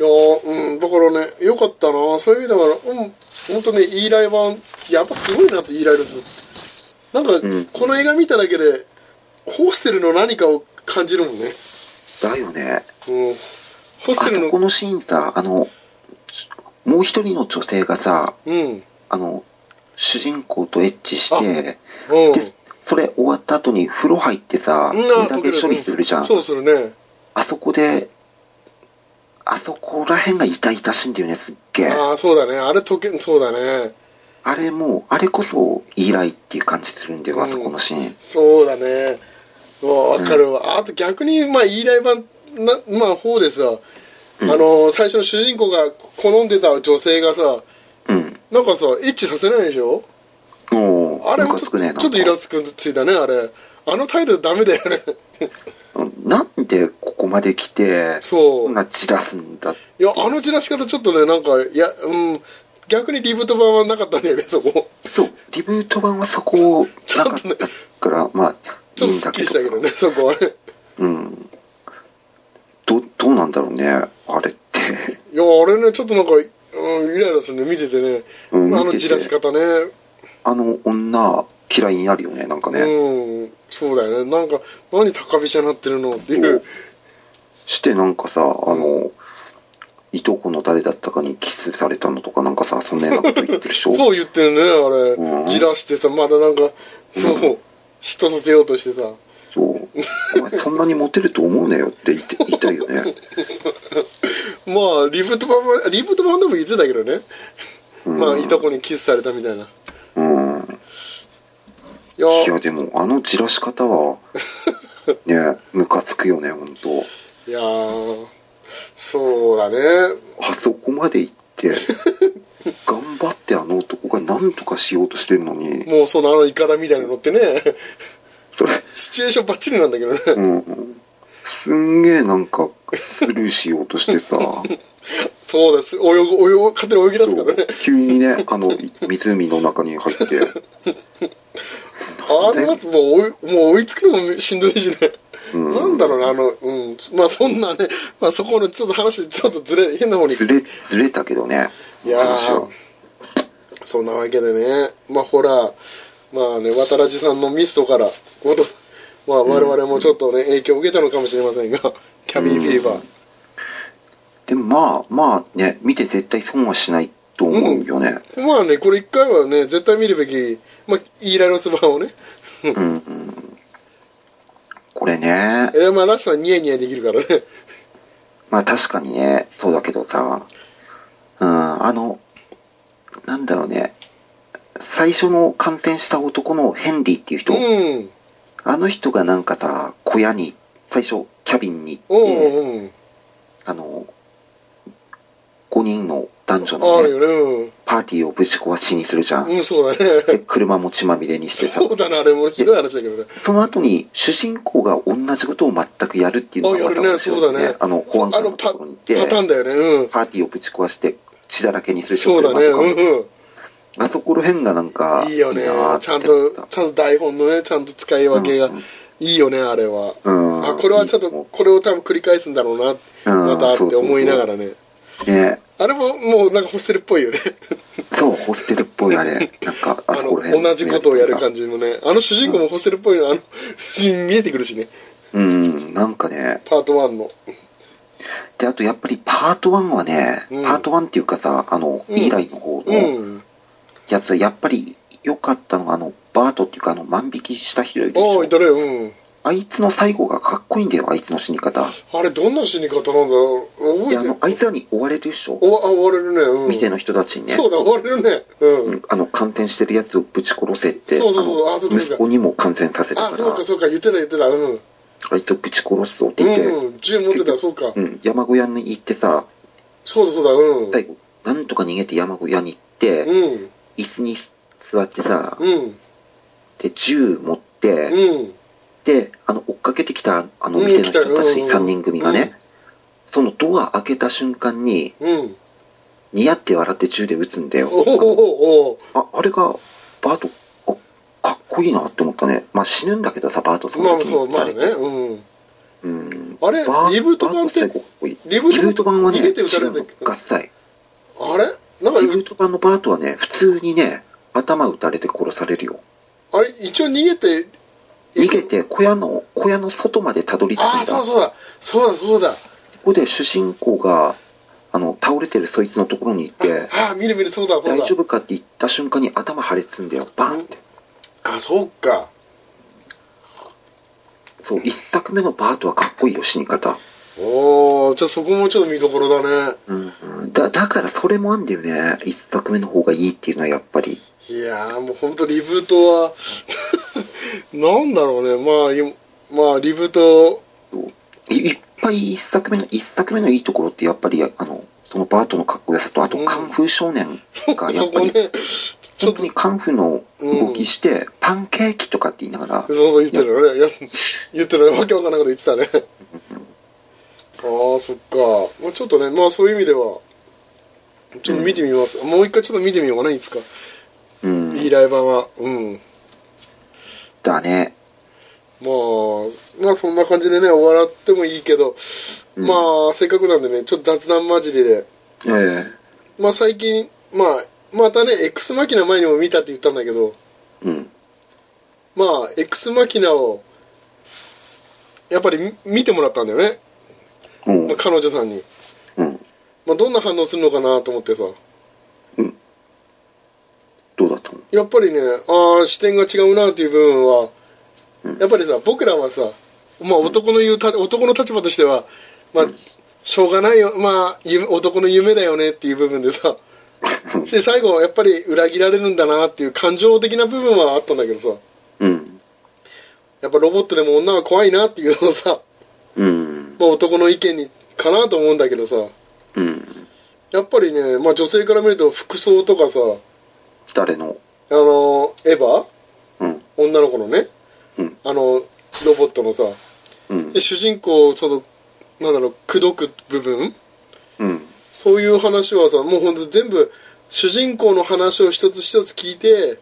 Speaker 3: いやーうんだからねよかったなそういう意味だからうん本当ね E ライ版やっぱすごいなって E ライですなんか、
Speaker 2: ん
Speaker 3: この映画見ただけでホステルの何かを感じるもんね
Speaker 2: だよね
Speaker 3: うんホス
Speaker 2: あ
Speaker 3: テル
Speaker 2: そこ
Speaker 3: の
Speaker 2: のシーンさあのもう一人の女性がさ
Speaker 3: うんうん
Speaker 2: あの主人公とエッチしてでそれ終わった後に風呂入ってさ
Speaker 3: うん
Speaker 2: 水だけ処理するじゃん
Speaker 3: そうするね
Speaker 2: あそこで、あそこら辺が痛々しいんだよね、すっげえ。あ
Speaker 3: ああそうだねあれ溶けそうだね
Speaker 2: れもう、あれこそ、依頼っていう感じするんだよ、
Speaker 3: うん
Speaker 2: あそこのシーン。
Speaker 3: そうだねうわ分かるわ、あと逆にまあ E ライ版なまあ方でさ、
Speaker 2: うん
Speaker 3: あの最初の主人公が好んでた女性がさ
Speaker 2: うん。
Speaker 3: なんかさエッチさせないでしょ
Speaker 2: もう、
Speaker 3: あれ
Speaker 2: ム
Speaker 3: も
Speaker 2: カ
Speaker 3: ちょ
Speaker 2: つ
Speaker 3: っと
Speaker 2: くねえな
Speaker 3: ちょっとイラつくついたねあれあの態度ダメだ
Speaker 2: [LAUGHS]
Speaker 3: よね
Speaker 2: うんなんでここまで来て、
Speaker 3: そ
Speaker 2: こ
Speaker 3: うんい
Speaker 2: な散らすんだって。
Speaker 3: やあの散らし方ちょっとねなんかいやうん逆にリブート版はなかったんだよねそこ
Speaker 2: そう、リブート版はそこを、
Speaker 3: ちょ
Speaker 2: な
Speaker 3: っと
Speaker 2: か
Speaker 3: ね
Speaker 2: ったから、まあ、
Speaker 3: ちょ
Speaker 2: い
Speaker 3: っと
Speaker 2: いん
Speaker 3: すっ
Speaker 2: だ
Speaker 3: き
Speaker 2: け
Speaker 3: りしたけど
Speaker 2: ど。
Speaker 3: ねそこはね
Speaker 2: うん。ど、どうなんだろうね、あれって。 [LAUGHS]
Speaker 3: いやあれねちょっとなんか、うん、イライラするね見ててね、
Speaker 2: うん
Speaker 3: あの
Speaker 2: 見て
Speaker 3: 散
Speaker 2: て
Speaker 3: らし方ね
Speaker 2: あの女、嫌いになるよね、なんかね。
Speaker 3: うんそうだよねなんか何高飛車になってるのっていう
Speaker 2: してなんかさあのいとこの誰だったかにキスされたのとかなんかさそんなようなこと言ってるでしょ
Speaker 3: [LAUGHS] そう言ってるねあれ
Speaker 2: うん
Speaker 3: じらしてさまだなんかそう、嫉妬させようとしてさ
Speaker 2: そうお前そんなにモテると思うなよって言って言いたい
Speaker 3: [LAUGHS]
Speaker 2: よね、
Speaker 3: まあリブート版はリブート版でも言ってたけどね
Speaker 2: うん
Speaker 3: まあいとこにキスされたみたいないや
Speaker 2: いやでもあのじらし方
Speaker 3: [LAUGHS]
Speaker 2: はねムカつくよね本当
Speaker 3: いやーそうだね
Speaker 2: あそこまで行って
Speaker 3: [LAUGHS]
Speaker 2: 頑張ってあの男が何とかしようとしてるのに
Speaker 3: もうそのあのイカダみたいなのってね
Speaker 2: そ
Speaker 3: [LAUGHS]
Speaker 2: れ
Speaker 3: シチュエーションバッチリなんだけどね
Speaker 2: うんすんげえなんかスルーしようとし
Speaker 3: [LAUGHS]
Speaker 2: てさ
Speaker 3: そうです泳ぐ泳ぐ勝手に泳ぎ出すからね
Speaker 2: 急にねあのい湖の中に
Speaker 3: [LAUGHS]
Speaker 2: 入って
Speaker 3: あのやつもう追いもう追いつくのもしんどいしね、
Speaker 2: うん
Speaker 3: なんだろうねあのうんまあそんなね、まあ、そこのちょっと話ちょっとずれ変な方に
Speaker 2: ずれずれたけどね
Speaker 3: いやー
Speaker 2: 話は
Speaker 3: そんなわけでねまあほらまあね渡良瀬さんのミストからごとまあ我々もちょっとね、影響を受けたのかもしれませんがキャビーフィーバー、
Speaker 2: でもまあまあね見て絶対損はしないと思うよね
Speaker 3: まあねこれ一回はね絶対見るべきまあイーライロス版をね
Speaker 2: うん、うん、これね
Speaker 3: えまあラストはニヤニヤできるからね
Speaker 2: まあ確かにね、そうだけどさ、うん、あの、なんだろうね、最初の感染した男のヘンリーっていう人、
Speaker 3: うん
Speaker 2: あの人がなんかさ、小屋に、最初、キャビンに行
Speaker 3: う
Speaker 2: っ
Speaker 3: ん
Speaker 2: て、
Speaker 3: うんうん
Speaker 2: あの、5人の男女
Speaker 3: あ
Speaker 2: の、
Speaker 3: る
Speaker 2: ね、
Speaker 3: よね
Speaker 2: パーティーをぶち壊しにするじゃ
Speaker 3: うん
Speaker 2: ん。
Speaker 3: うんそうだ
Speaker 2: [LAUGHS]
Speaker 3: ね
Speaker 2: で車も血まみれにしてさ、
Speaker 3: そうだなあれもひどい話だけどね
Speaker 2: その後に主人公が同じことを全くやるっていうの
Speaker 3: あや
Speaker 2: がま
Speaker 3: る
Speaker 2: た
Speaker 3: ね
Speaker 2: 面白いよ
Speaker 3: そうだね
Speaker 2: あの、保安
Speaker 3: あ
Speaker 2: 官
Speaker 3: の
Speaker 2: の
Speaker 3: パ
Speaker 2: ところに行って、
Speaker 3: パターンだよねうん
Speaker 2: パーティーをぶち壊して血だらけにする
Speaker 3: そうだね
Speaker 2: 車とか
Speaker 3: う
Speaker 2: も
Speaker 3: ん
Speaker 2: あそこら辺がなんか
Speaker 3: うんいいよね
Speaker 2: なーって
Speaker 3: ちゃんとちゃんと台本のねちゃんと使い分けが
Speaker 2: うん
Speaker 3: いいよねあれは
Speaker 2: うん
Speaker 3: あこれはちょっと
Speaker 2: いい
Speaker 3: これを多分繰り返すんだろうな
Speaker 2: うん
Speaker 3: またっ
Speaker 2: そう
Speaker 3: て
Speaker 2: そうそう
Speaker 3: 思いながらね
Speaker 2: ね
Speaker 3: あれももうなんかホステルっぽいよね
Speaker 2: そうホステルっぽいあれなんかあ
Speaker 3: [LAUGHS] あ
Speaker 2: そ
Speaker 3: の
Speaker 2: こら辺
Speaker 3: 同じことをやる感じもねあの主人公もホステルっぽいのあの見えてくるしね
Speaker 2: うんなんかね
Speaker 3: パート1の
Speaker 2: であとやっぱりパート1はね、
Speaker 3: うん
Speaker 2: パート1っていうかさあの
Speaker 3: うん
Speaker 2: 未来の方
Speaker 3: う
Speaker 2: の
Speaker 3: ん
Speaker 2: やつはやっぱり良かったのがあのバートっていうかあの万引きした人いるでし
Speaker 3: ああ
Speaker 2: ょ
Speaker 3: いたねうん
Speaker 2: あいつの最後がかっこいいんだよあいつの死に方
Speaker 3: あれどんな死に方なんだろう
Speaker 2: であ
Speaker 3: 覚え
Speaker 2: の
Speaker 3: て
Speaker 2: あいつらに追われるでしょ、
Speaker 3: おあ追われるねうん
Speaker 2: 店の人たちにね
Speaker 3: そうだ追われるねうん、
Speaker 2: うんあの感染してるやつをぶち殺せって
Speaker 3: そうそうそう
Speaker 2: あの
Speaker 3: あそうかそうか
Speaker 2: 息子にも感染させた
Speaker 3: あ
Speaker 2: か
Speaker 3: そうからそうか言ってた言ってたうん、
Speaker 2: あいつをぶち殺すぞって言って、
Speaker 3: うん、銃持ってたそうか、
Speaker 2: うん山小屋に行ってさ
Speaker 3: そうだそうだうん
Speaker 2: 最後なんとか逃げて山小屋に行って、
Speaker 3: うん
Speaker 2: 椅子に座ってさ、
Speaker 3: うん
Speaker 2: で銃持って、
Speaker 3: うん
Speaker 2: であの追っかけてきたあの
Speaker 3: うん
Speaker 2: 店の人たち、
Speaker 3: 来たようん
Speaker 2: 3人組がね、そのドア開けた瞬間に
Speaker 3: うん
Speaker 2: ニヤって笑って銃で撃つんだよ
Speaker 3: おおおお
Speaker 2: ああれがバートあかっこいいなって思ったねまあ死ぬんだけどさバートさん
Speaker 3: まあそうまあねうん
Speaker 2: うん
Speaker 3: あれ
Speaker 2: バ
Speaker 3: リブート版って
Speaker 2: バート最後かっこいい
Speaker 3: リブート版
Speaker 2: リブート版はね
Speaker 3: 逃げて撃たれるんだっけ
Speaker 2: 違うの合切
Speaker 3: あれなんか
Speaker 2: リブート版のバートはね普通にね頭打たれて殺されるよ
Speaker 3: あれ一応逃げて
Speaker 2: 逃げて小屋の小屋の外までたどり着い
Speaker 3: あ
Speaker 2: た
Speaker 3: あそう
Speaker 2: こ
Speaker 3: そうだそうだそうだ
Speaker 2: こで主人公があの倒れてるそいつのところに行って
Speaker 3: ああ見る見るそうだそう
Speaker 2: 大
Speaker 3: だ
Speaker 2: 丈夫かって言った瞬間に頭破裂するんだよバーンって
Speaker 3: あそうか
Speaker 2: そう一作目のバートはかっこいいよ死に方
Speaker 3: おおじゃあそこもちょっと見どころだね
Speaker 2: うんうんだだからそれもあんだよね一作目の方がいいっていうのはやっぱり
Speaker 3: いやーもう本当リブートは [LAUGHS] なんだろうねまあいまあリブート
Speaker 2: いいっぱい一作目の一作目のいいところってやっぱりあのそのバートのかっこよさとあと
Speaker 3: うん
Speaker 2: カンフー少年がや
Speaker 3: そ
Speaker 2: っぱ
Speaker 3: こ
Speaker 2: り、
Speaker 3: ねちょ
Speaker 2: 本
Speaker 3: っ
Speaker 2: 当
Speaker 3: と
Speaker 2: にカンフーの動きして、パンケーキとかって言いながら
Speaker 3: そうそう言ってるよねいや言ってるよねわけわからんこと言ってたねああそっか、まあ、ちょっとねまあそういう意味ではちょっと見てみます、もう一回ちょっと見てみようかねいつか、
Speaker 2: うん
Speaker 3: いいライバーはうん
Speaker 2: だね
Speaker 3: まあまあそんな感じでね終わってもいいけど、
Speaker 2: うん
Speaker 3: まあせっかくなんでねちょっと雑談混じりで
Speaker 2: ええ
Speaker 3: まあ最近まあまたね X マキナ前にも見たって言ったんだけど
Speaker 2: うん
Speaker 3: まあ X マキナをやっぱり見見てもらったんだよね、
Speaker 2: うん
Speaker 3: まあ、彼女さんに、
Speaker 2: うん
Speaker 3: まあ、どんな反応するのかなと思ってさ
Speaker 2: うんどうだったの
Speaker 3: やっぱりねああ視点が違うなっていう部分は
Speaker 2: うん
Speaker 3: やっぱりさ僕らはさ、まあ、男の言うた男の立場としてはまあしょうがないよまあ夢男の夢だよねっていう部分で [LAUGHS] さで最後やっぱり裏切られるんだなっていう感情的な部分はあったんだけどさ
Speaker 2: うん
Speaker 3: やっぱロボットでも女は怖いなっていうのをさ、
Speaker 2: うん。
Speaker 3: まあ、男の意見にかなと思うんだけどさ
Speaker 2: うん。
Speaker 3: やっぱりね、まあ、女性から見ると服装とかさ
Speaker 2: 誰の
Speaker 3: あのエヴァ
Speaker 2: うん。
Speaker 3: 女の子のね
Speaker 2: うん。
Speaker 3: あのロボットのさ
Speaker 2: うん
Speaker 3: で。主人公をそのなんだろう口説く部分
Speaker 2: うん。
Speaker 3: そういう話はさもうほんと全部主人公の話を一つ一つ聞いて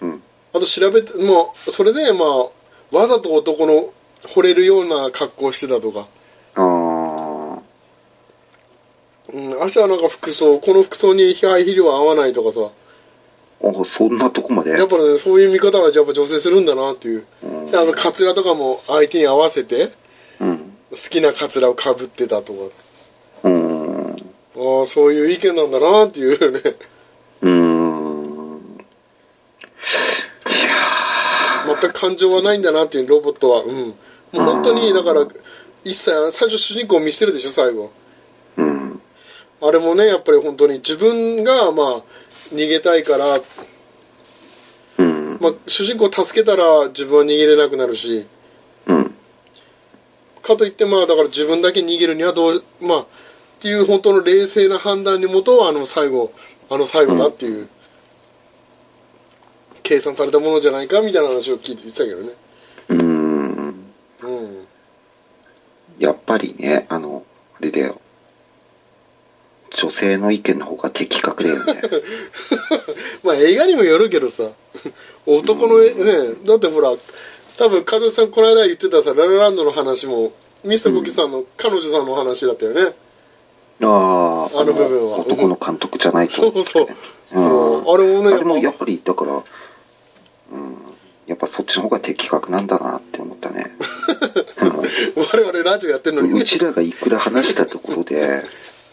Speaker 2: うん。
Speaker 3: あと調べてもうそれでまあわざと男の惚れるような格好をしてたとか、
Speaker 2: あー
Speaker 3: うん、あとはなんか服装この服装にハイヒールは合わないとかさ
Speaker 2: あ。そんなとこまで
Speaker 3: やっぱねそういう見方はやっぱ女性するんだなっていう
Speaker 2: うん
Speaker 3: であのカツラとかも相手に合わせて
Speaker 2: うん。
Speaker 3: 好きなカツラをかぶってたとか
Speaker 2: うん。
Speaker 3: ああそういう意見なんだなっていうね
Speaker 2: うん。
Speaker 3: 全く感情はないんだなっていうロボットはうんもう本当にだから一切あの最初主人公見せるでしょ最後
Speaker 2: うん。
Speaker 3: あれもねやっぱり本当に自分がまあ逃げたいから、
Speaker 2: うん。
Speaker 3: まあ、主人公を助けたら自分は逃げれなくなるし
Speaker 2: うん。
Speaker 3: かといってまあだから自分だけ逃げるにはどうまあっていう本当の冷静な判断にもとあの最後あの最後だっていう、計算されたものじゃないかみたいな話を聞いて言ってたけどね
Speaker 2: うん。
Speaker 3: うん
Speaker 2: やっぱりね、あの、あれだよ。女性の意見の方が的確だよね。
Speaker 3: まあ映画にもよるけどさ [LAUGHS] 男のねだってほら多分風さんこの間言ってたさララランドの話もミスターコキさんの彼女さんの話だったよね、
Speaker 2: ああ、
Speaker 3: あの部分は
Speaker 2: 男の監督じゃないと。
Speaker 3: そうそう
Speaker 2: うん
Speaker 3: そうあれもね
Speaker 2: あれもや
Speaker 3: やっ
Speaker 2: っぱり、だから、うん、やっぱそっちの方が的確なんだなって思ったね。
Speaker 3: ぱ我々ラジオやってるのに
Speaker 2: う
Speaker 3: ね
Speaker 2: ちらがいくら話したところで、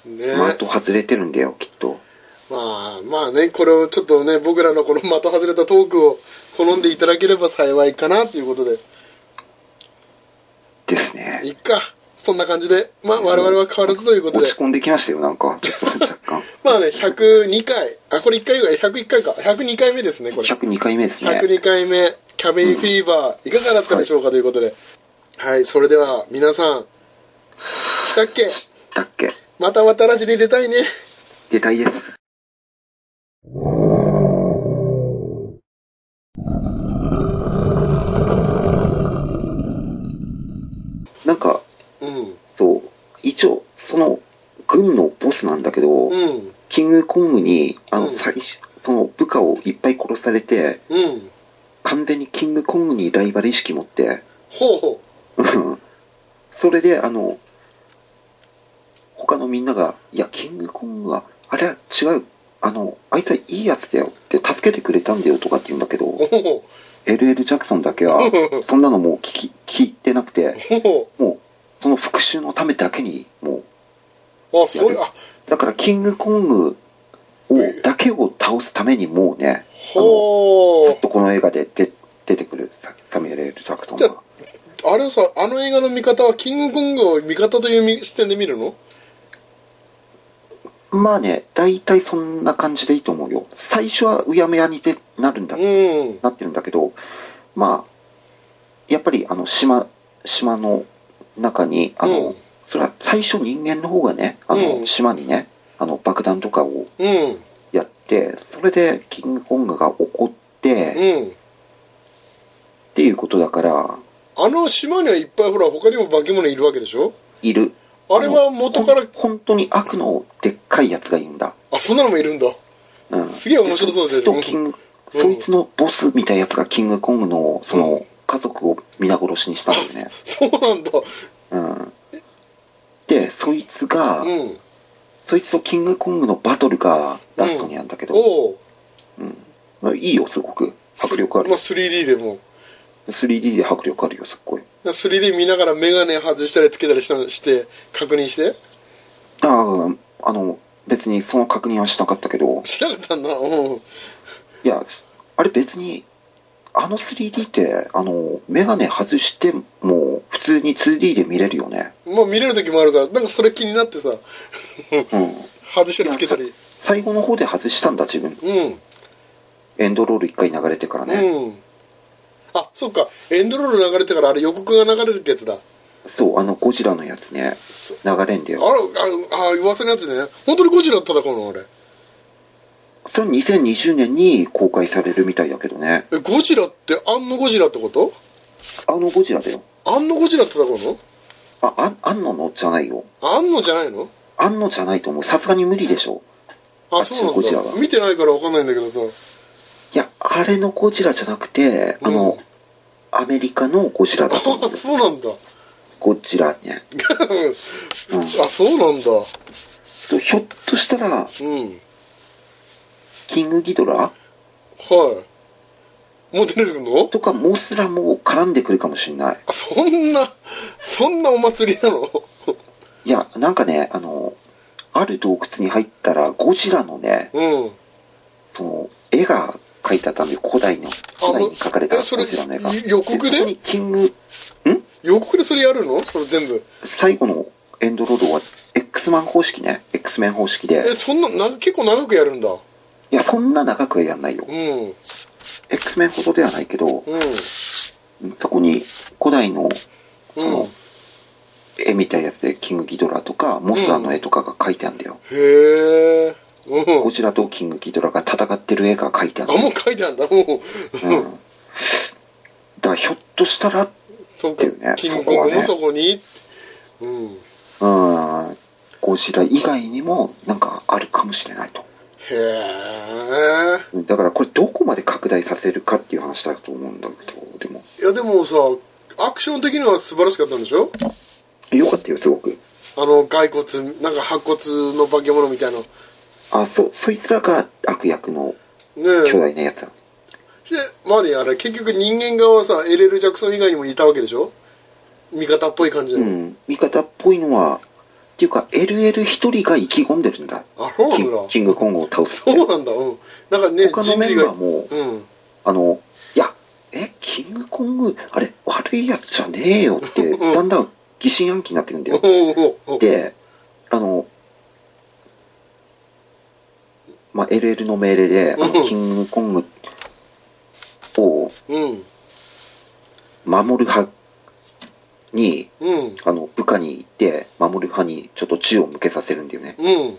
Speaker 3: ね
Speaker 2: 的外れてるんだよ、きっと。
Speaker 3: まあまあねこれをちょっとね僕らのこの的外れたトークを好んでいただければ幸いかなということで
Speaker 2: ですね。
Speaker 3: いっかそんな感じでまあ我々は変わらずということ
Speaker 2: 落
Speaker 3: で
Speaker 2: ち込んできましたよ、なんか。ちょっと若干。
Speaker 3: まあね102回あこれ1回ぐらい101回か102回目ですねこれ
Speaker 2: 102回目ですね。
Speaker 3: 102回目キャビンフィーバーいかがだったでしょうかということではいそれでは皆さんしたっけ
Speaker 2: だっけ
Speaker 3: またまたラジに出たいね
Speaker 2: 出たいです。なんか、
Speaker 3: うん
Speaker 2: そう、一応、その、軍のボスなんだけど、
Speaker 3: うん
Speaker 2: キングコングに、あの、
Speaker 3: うん
Speaker 2: 最初、その部下をいっぱい殺されて、
Speaker 3: うん
Speaker 2: 完全にキングコングにライバル意識持って、
Speaker 3: ほうほ
Speaker 2: うん [LAUGHS] それで、あの、他のみんなが、いや、キングコングは、あれは違う、あの、あいつはいいやつだよって、助けてくれたんだよとかって言うんだけ
Speaker 3: う
Speaker 2: ど、
Speaker 3: ほうほ
Speaker 2: LL ジャクソンだけは、そんなのもう聞き、聞いてなくて、
Speaker 3: うほ
Speaker 2: もう、その復讐のためだけに、もう、
Speaker 3: うあそういうあ
Speaker 2: だからキングコングを、だけを倒すためにもうね、
Speaker 3: ほう
Speaker 2: ずっとこの映画で出出てくるササミュエル・ L ジャクソン
Speaker 3: じゃ
Speaker 2: が。
Speaker 3: あれさあの映画の見方はキングコングを味方という見視点で見るの
Speaker 2: まあね、大体そんな感じでいいと思うよ。最初はうやむやにでなるんだ、
Speaker 3: うん
Speaker 2: なってるんだけど、まあ、やっぱりあの島、島の中に、あの、
Speaker 3: うん
Speaker 2: それは最初人間の方がね、あの、
Speaker 3: うん
Speaker 2: 島にね、あの爆弾とかを
Speaker 3: うん
Speaker 2: やって、それでキングコングが怒って、っ
Speaker 3: うん
Speaker 2: ていうことだから、
Speaker 3: あの島にはいっぱいほら他にも化け物いるわけでしょ
Speaker 2: いる。
Speaker 3: あれは元から
Speaker 2: ほん本当に悪のでっかいやつがいるんだ。
Speaker 3: あそんなのもいるんだ
Speaker 2: うん。
Speaker 3: すげえ面白そうじゃん
Speaker 2: でそいつとキング、
Speaker 3: うん
Speaker 2: そいつのボスみたいなやつがキングコングの、その、家族を皆殺しにしたんだよね。
Speaker 3: そうなんだ
Speaker 2: うん。で、そいつが、
Speaker 3: うん
Speaker 2: そいつとキングコングのバトルがラストにあるんだけど、
Speaker 3: おお
Speaker 2: まあいいよ、すごく。迫力ある
Speaker 3: まあ。3D でも
Speaker 2: 3D で迫力あるよ、すっごい。
Speaker 3: 3D 見ながら眼鏡外したりつけたりしたして確認して
Speaker 2: だから、あの、別にその確認はしなかったけど、
Speaker 3: しなかったんだうん
Speaker 2: いや、あれ別に、あの 3D って、あの、メガネ外しても、普通に 2D で見れるよね。
Speaker 3: まあ見れる時もあるからなんかそれ気になってさ
Speaker 2: うん。
Speaker 3: 外したりつけたり
Speaker 2: 最後の方で外したんだ、自分。
Speaker 3: うん
Speaker 2: エンドロール一回流れてからね。
Speaker 3: うんあそっかエンドロール流れてからあれ予告が流れるってやつだ
Speaker 2: そう、あのゴジラのやつね、
Speaker 3: そ
Speaker 2: 流れんだ
Speaker 3: あ
Speaker 2: よ。
Speaker 3: らああ噂のやつね本当にゴジラ戦うのあれ
Speaker 2: それ2020年に公開されるみたいだけどね。
Speaker 3: えゴジラってあんのゴジラってこと
Speaker 2: あのゴジラだよ。
Speaker 3: あんのゴジラ戦うの
Speaker 2: あ、あ、あんののじゃないよ。
Speaker 3: あんのじゃないの
Speaker 2: あんのじゃないと思う。さすがに無理でしょ。
Speaker 3: あ
Speaker 2: あ
Speaker 3: そう
Speaker 2: ゴジラ
Speaker 3: なん
Speaker 2: は
Speaker 3: だ見てないから分かんないんだけどさ
Speaker 2: いや、あれのゴジラじゃなくて、あの、
Speaker 3: うん
Speaker 2: アメリカのゴジラだと思
Speaker 3: あ
Speaker 2: う。
Speaker 3: そうなんだ
Speaker 2: ゴジラ
Speaker 3: [LAUGHS]
Speaker 2: ね。うん
Speaker 3: あそうなんだ
Speaker 2: とひょっとしたら、
Speaker 3: うん
Speaker 2: キングギドラ
Speaker 3: はいもう出てくるの
Speaker 2: とかモスラも絡んでくるかもしんない。
Speaker 3: あそんなそんなお祭りなの
Speaker 2: いや、なんかね、あの、ある洞窟に入ったら、ゴジラのね、
Speaker 3: うん
Speaker 2: その、絵が描いてあったんで、古代の、古代に描かれた
Speaker 3: え
Speaker 2: ゴ
Speaker 3: それ
Speaker 2: ジラの絵が。
Speaker 3: 予告
Speaker 2: そこ
Speaker 3: で
Speaker 2: にキング、ん
Speaker 3: 予告でそれやるのそれ全部
Speaker 2: 最後のエンドロードは、X マン方式ね。X メン方式
Speaker 3: え
Speaker 2: で。
Speaker 3: そんなな結構長くやるんだ
Speaker 2: いや、そんな長くはやんないよ
Speaker 3: う。ん
Speaker 2: X メンほどではないけど、
Speaker 3: うん
Speaker 2: そこに古代の
Speaker 3: う
Speaker 2: そ
Speaker 3: ん
Speaker 2: の絵みたいなやつで、キングギドラとか、モスラの絵とかが描いてあるんだよ。
Speaker 3: へえう
Speaker 2: ゴ
Speaker 3: ん
Speaker 2: ジラとキングギドラが戦ってる絵が描いてある
Speaker 3: あ
Speaker 2: んだよ
Speaker 3: もう書いてあんだもう
Speaker 2: うん。だからひょっとしたら、
Speaker 3: そう
Speaker 2: だよね
Speaker 3: かキングコングも
Speaker 2: そ
Speaker 3: そこにうん
Speaker 2: うん、ゴジラ以外にもなんかあるかもしれないと。
Speaker 3: へえ
Speaker 2: うんだからこれどこまで拡大させるかっていう話だと思うんだけど、でも、
Speaker 3: いやでもさアクション的には素晴らしかったんでしょ
Speaker 2: よかったよ、すごく。
Speaker 3: あの骸骨なんか白骨の化け物みたいなね
Speaker 2: あ、そう、そいつらが悪役の巨大なやつだ。
Speaker 3: えでマリーあれ結局人間側はさエレル・ジャクソン以外にもいたわけでしょ味方っぽい感じ
Speaker 2: う
Speaker 3: の、
Speaker 2: ん、味方っぽいのは、っていうか、LL 一人が意気込んでるんだ。
Speaker 3: あそうな
Speaker 2: キ
Speaker 3: ん
Speaker 2: ン
Speaker 3: だ
Speaker 2: キングコングを倒す
Speaker 3: そ
Speaker 2: っ
Speaker 3: う
Speaker 2: て。
Speaker 3: なんだうんなんかね
Speaker 2: 他のメンバーも、
Speaker 3: うん
Speaker 2: あの、いや、え、キングコング、あれ、悪いやつじゃねえよ
Speaker 3: [LAUGHS]
Speaker 2: って、だんだん疑心暗鬼になってくんだよ。
Speaker 3: おうおうおう
Speaker 2: で、あの、まあ、LL の命令で、あの
Speaker 3: うん
Speaker 2: キングコングを
Speaker 3: うん
Speaker 2: 守る派に、
Speaker 3: うん
Speaker 2: あの、部下に行って、守る派にちょっと銃を向けさせるんだよね。
Speaker 3: うん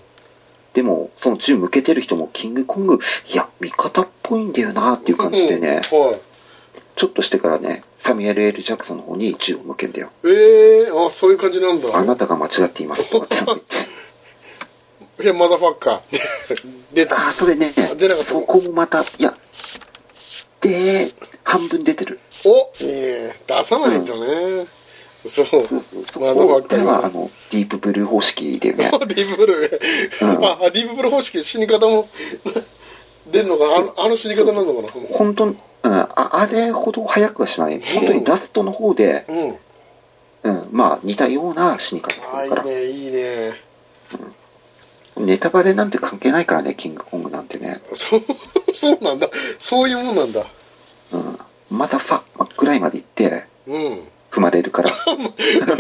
Speaker 2: でも、その銃向けてる人も、キングコング、いや、味方っぽいんだよなっていう感じでね、
Speaker 3: うんはい
Speaker 2: ちょっとしてからね、サミュエル・ L ・ジャクソンの方に銃を向けんだよ。
Speaker 3: ええあそういう感じなんだ
Speaker 2: あなたが間違っていますとかって言って。
Speaker 3: いやマザーファッカー [LAUGHS] 出た
Speaker 2: あーそれね
Speaker 3: 出なかった
Speaker 2: そこもまたいやで半分出てる
Speaker 3: おいいね出さないとね、そう
Speaker 2: そ
Speaker 3: マザーフ
Speaker 2: こ
Speaker 3: ァッ
Speaker 2: こ
Speaker 3: カ
Speaker 2: れ
Speaker 3: ー
Speaker 2: はあ
Speaker 3: が
Speaker 2: のディープブルー方式だ
Speaker 3: [LAUGHS]
Speaker 2: よね
Speaker 3: ディープブルー、
Speaker 2: うん
Speaker 3: ああディープブルー方式死に方も [LAUGHS] 出るのかなあのあの死に方なのかな
Speaker 2: 本当に、うん、ああれほど早くはしない本当にラストの方で、
Speaker 3: うん
Speaker 2: うん、まあ似たような死に方
Speaker 3: ああ
Speaker 2: する
Speaker 3: い
Speaker 2: か
Speaker 3: い
Speaker 2: ら
Speaker 3: ねいいね
Speaker 2: ネタバレなんて関係ないからねキングコングなんてね、
Speaker 3: そう [LAUGHS] そうなんだそういうもんなんだ
Speaker 2: うん、まだファぐらいまで行って
Speaker 3: うん
Speaker 2: 踏まれるから
Speaker 3: [LAUGHS]
Speaker 2: [LAUGHS]
Speaker 3: もう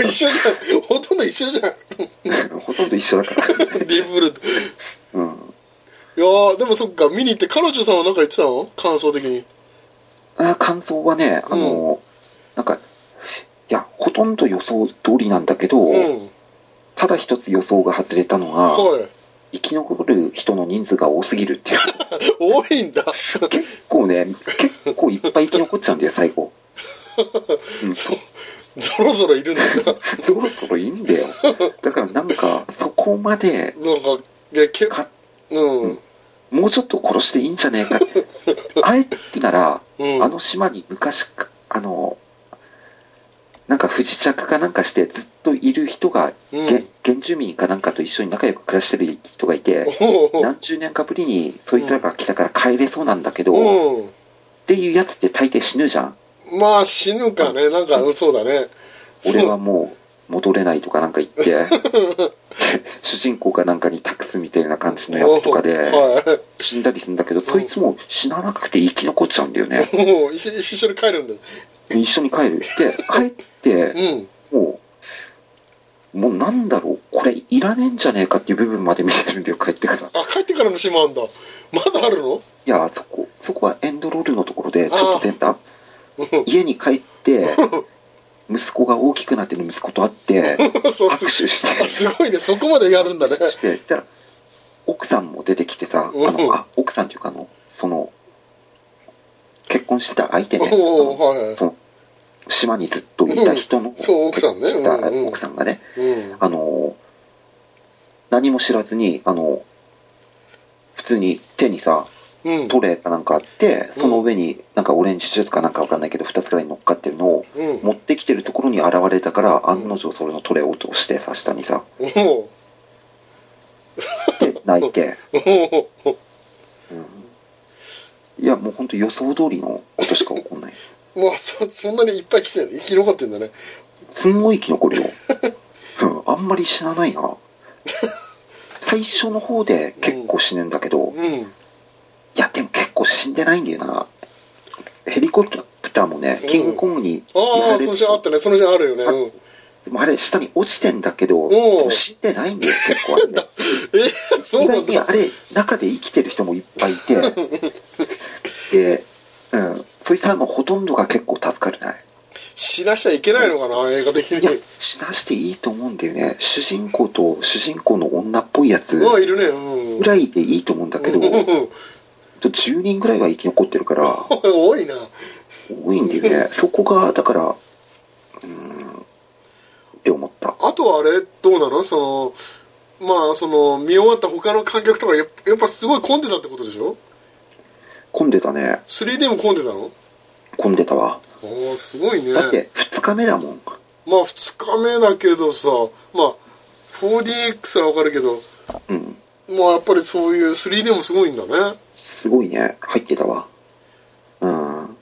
Speaker 3: 一緒じゃんほとんど一緒じゃん
Speaker 2: ほとんど一緒だから、 [LAUGHS]
Speaker 3: ディープブルーと
Speaker 2: うん、
Speaker 3: いやーでもそっか見に行って彼女さんは何か言ってたの感想的に
Speaker 2: あー感想はねあの、なんかいやほとんど予想通りなんだけど、
Speaker 3: うん
Speaker 2: ただ一つ予想が外れたのが、
Speaker 3: はい
Speaker 2: 生き残る人の人数が多すぎるって
Speaker 3: [LAUGHS]
Speaker 2: いう。
Speaker 3: 多いんだ
Speaker 2: 結構ね、結構いっぱい生き残っちゃうんだよ、最後。
Speaker 3: [LAUGHS]
Speaker 2: うん、そ
Speaker 3: ぞろぞろいるんだじゃあなんか
Speaker 2: ろそろいいんだよ。だからなんか、そこまで、
Speaker 3: でけ
Speaker 2: か
Speaker 3: うん
Speaker 2: もうちょっと殺していいんじゃねえか
Speaker 3: [LAUGHS]
Speaker 2: って。あえてなら、
Speaker 3: うん
Speaker 2: あの島に昔か、あの、なんか不時着かなんかしてずっといる人が、
Speaker 3: うん
Speaker 2: げ原住民かなんかと一緒に仲良く暮らしてる人がいて、
Speaker 3: おう
Speaker 2: 何十年かぶりにそいつらが来たから帰れそうなんだけど、っ
Speaker 3: おう
Speaker 2: ていうやつって大抵死ぬじゃん
Speaker 3: うんまあ死ぬかねなんかうんそうだね
Speaker 2: 俺はもう戻れないとかなんか言って
Speaker 3: [LAUGHS]
Speaker 2: 主人公かなんかに託すみたいな感じのやつとかで
Speaker 3: は
Speaker 2: 死んだりするんだけどそいつも死ななくて生き残っちゃうんだよね
Speaker 3: いもう一緒一緒に帰るんだ
Speaker 2: 一緒に帰る
Speaker 3: [LAUGHS]
Speaker 2: って帰って
Speaker 3: うん
Speaker 2: もうもうなんだろうこれいらねえんじゃねえかっていう部分まで見てるんだよ帰ってからい
Speaker 3: あ帰ってからの島あんだまだあるの [LAUGHS]
Speaker 2: やそこそこはエンドロールのところでちょっと出た
Speaker 3: うん
Speaker 2: 家に帰
Speaker 3: [LAUGHS]
Speaker 2: って、息子が大きくなってる息子と会って、
Speaker 3: [LAUGHS] そう
Speaker 2: 握
Speaker 3: す
Speaker 2: 手して、
Speaker 3: あすごいねそこまでやるんだね
Speaker 2: 握手して、したら、奥さんも出てきてさ、あ
Speaker 3: うん
Speaker 2: の、あ、奥さんっていうか、あの、その、結婚してた相手
Speaker 3: お
Speaker 2: ね、
Speaker 3: おーはいはい
Speaker 2: その、島にずっといた人の、
Speaker 3: うんそう奥さんね
Speaker 2: 来た
Speaker 3: うんうん
Speaker 2: 奥さんがね、
Speaker 3: うん
Speaker 2: あの、何も知らずに、あの、普通に手にさ、
Speaker 3: うん
Speaker 2: トレーかなんかあって、
Speaker 3: うん
Speaker 2: その上になんかオレンジジュースかなんかわかんないけど、2つくらいに乗っかってるのを
Speaker 3: うん
Speaker 2: 持ってきてるところに現れたから、案の定それのトレーを落としてさ、下にさ、
Speaker 3: おー
Speaker 2: で泣いて、
Speaker 3: おーおー
Speaker 2: いや、もう本当予想通りのことしか起こんない。
Speaker 3: もうそそんなにいっぱい来てる生き残ってんだね
Speaker 2: すんごい生き残る
Speaker 3: [LAUGHS]
Speaker 2: よ。うんあんまり死なないな。最初の方で結構死ぬんだけど、い
Speaker 3: うん
Speaker 2: や、でも結構死んでないんだよな。ヘリコプターもね、キングコングに
Speaker 3: あ
Speaker 2: やら
Speaker 3: あ
Speaker 2: れ
Speaker 3: そ
Speaker 2: て
Speaker 3: のシーンあったねそのシーンあるよねうん
Speaker 2: でもあれ、下に落ちてんだけど、
Speaker 3: ん
Speaker 2: でも死んでないんだよ、結構あれね。
Speaker 3: え [LAUGHS] そう
Speaker 2: 意
Speaker 3: な
Speaker 2: 外
Speaker 3: ん
Speaker 2: に
Speaker 3: だ
Speaker 2: あれ、中で生きてる人もいっぱいい
Speaker 3: [LAUGHS]
Speaker 2: て、で、うん、そいつらのほとんどが結構助かるない。
Speaker 3: 死なしちゃいけないのかな映画的
Speaker 2: いや
Speaker 3: に、
Speaker 2: 死なしていいと思うんだよね。主人公と主人公の女っぽいやつ
Speaker 3: まあいるねうん
Speaker 2: ぐらいでいいと思うんだけど、
Speaker 3: うん
Speaker 2: 10人ぐらいは生き残ってるから、
Speaker 3: 多いな
Speaker 2: 多いんだよね。そこが、だから、うん、って思った。
Speaker 3: あとはあれどうなのそのまあその見終わった他の観客とかやっやっぱすごい混んでたってことでしょ
Speaker 2: 混んでたね。
Speaker 3: 3D も混んでたの
Speaker 2: 混んでたわ。
Speaker 3: ああすごいね
Speaker 2: だって、2日目だもん。
Speaker 3: まあ2日目だけどさまあ 4DX はわかるけど
Speaker 2: うん。
Speaker 3: まあやっぱりそういう 3D もすごいんだね
Speaker 2: すごいね。入ってたわ。うん。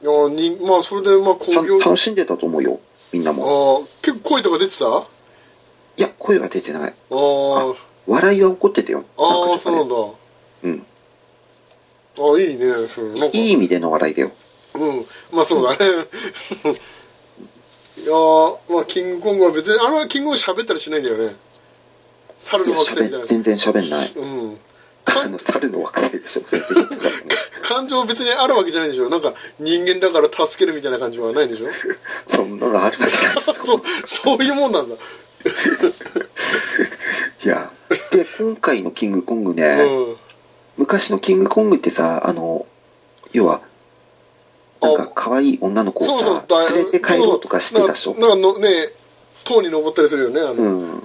Speaker 3: いやにまあそれでまあ興
Speaker 2: た
Speaker 3: 行あ
Speaker 2: 楽しんでたと思うよ。みんなも。
Speaker 3: あ結構声とか出てたあ
Speaker 2: いや、声は出てない。
Speaker 3: あ
Speaker 2: 笑いは起こってたよ。
Speaker 3: ああ
Speaker 2: か
Speaker 3: そうなん
Speaker 2: ね
Speaker 3: だ
Speaker 2: うん。
Speaker 3: ああいいねそれなんか
Speaker 2: いい意味での笑いだよ。
Speaker 3: うんまあそうだね [LAUGHS] いやーまあキングコングは別にあれはキングコング喋ったりしないんだよね猿
Speaker 2: いや
Speaker 3: の惑星みたい
Speaker 2: 喋
Speaker 3: な
Speaker 2: 全然喋んない。
Speaker 3: うん
Speaker 2: あの猿の惑星でしょ。全然
Speaker 3: [LAUGHS]
Speaker 2: 言ってたもんね
Speaker 3: 感情別にあるわけじゃないでしょなんか人間だから助けるみたいな感じはないんでしょ
Speaker 2: そんなのあるわけないでし
Speaker 3: そ
Speaker 2: ょ
Speaker 3: うそういうもんなんだ
Speaker 2: いや。で、今回のキングコングね、
Speaker 3: うん
Speaker 2: 昔のキングコングってさ、あの、要は、なんか可愛い女の子
Speaker 3: そ
Speaker 2: を
Speaker 3: うそう
Speaker 2: さ、連れて帰ろうとかしてたでしょ
Speaker 3: そう。そうなんかなんかのね塔に登ったりするよねあの
Speaker 2: う
Speaker 3: うん
Speaker 2: ん。
Speaker 3: うん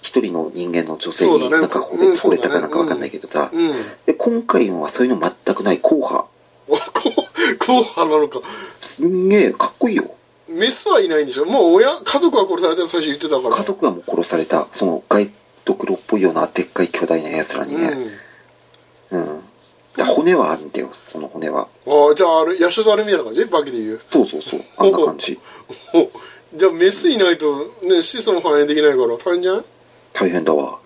Speaker 2: 一人の人間の女性
Speaker 3: そう
Speaker 2: に
Speaker 3: だね
Speaker 2: なんかこ
Speaker 3: う
Speaker 2: れ
Speaker 3: ん
Speaker 2: 惚れた
Speaker 3: そ
Speaker 2: か
Speaker 3: うだね
Speaker 2: なんかわかんないけどさ、
Speaker 3: うん [LAUGHS]
Speaker 2: で今回のはそういうの全くない硬派
Speaker 3: こうこう派なのか
Speaker 2: すんげえかっこいいよ
Speaker 3: メスはいないんでしょもう親家族は殺されたって最初言ってたから
Speaker 2: 家族がもう殺されたそのガイドクロっぽいようなでっかい巨大なやつらにね
Speaker 3: うん
Speaker 2: うん、で骨はあるんだよその骨は
Speaker 3: ああじゃああれヤシャザルみたいな感じバキで言う
Speaker 2: そうそうそうあんな感じ
Speaker 3: おじゃあメスいないとね子孫繁栄できないから大変じゃない
Speaker 2: 大変だわ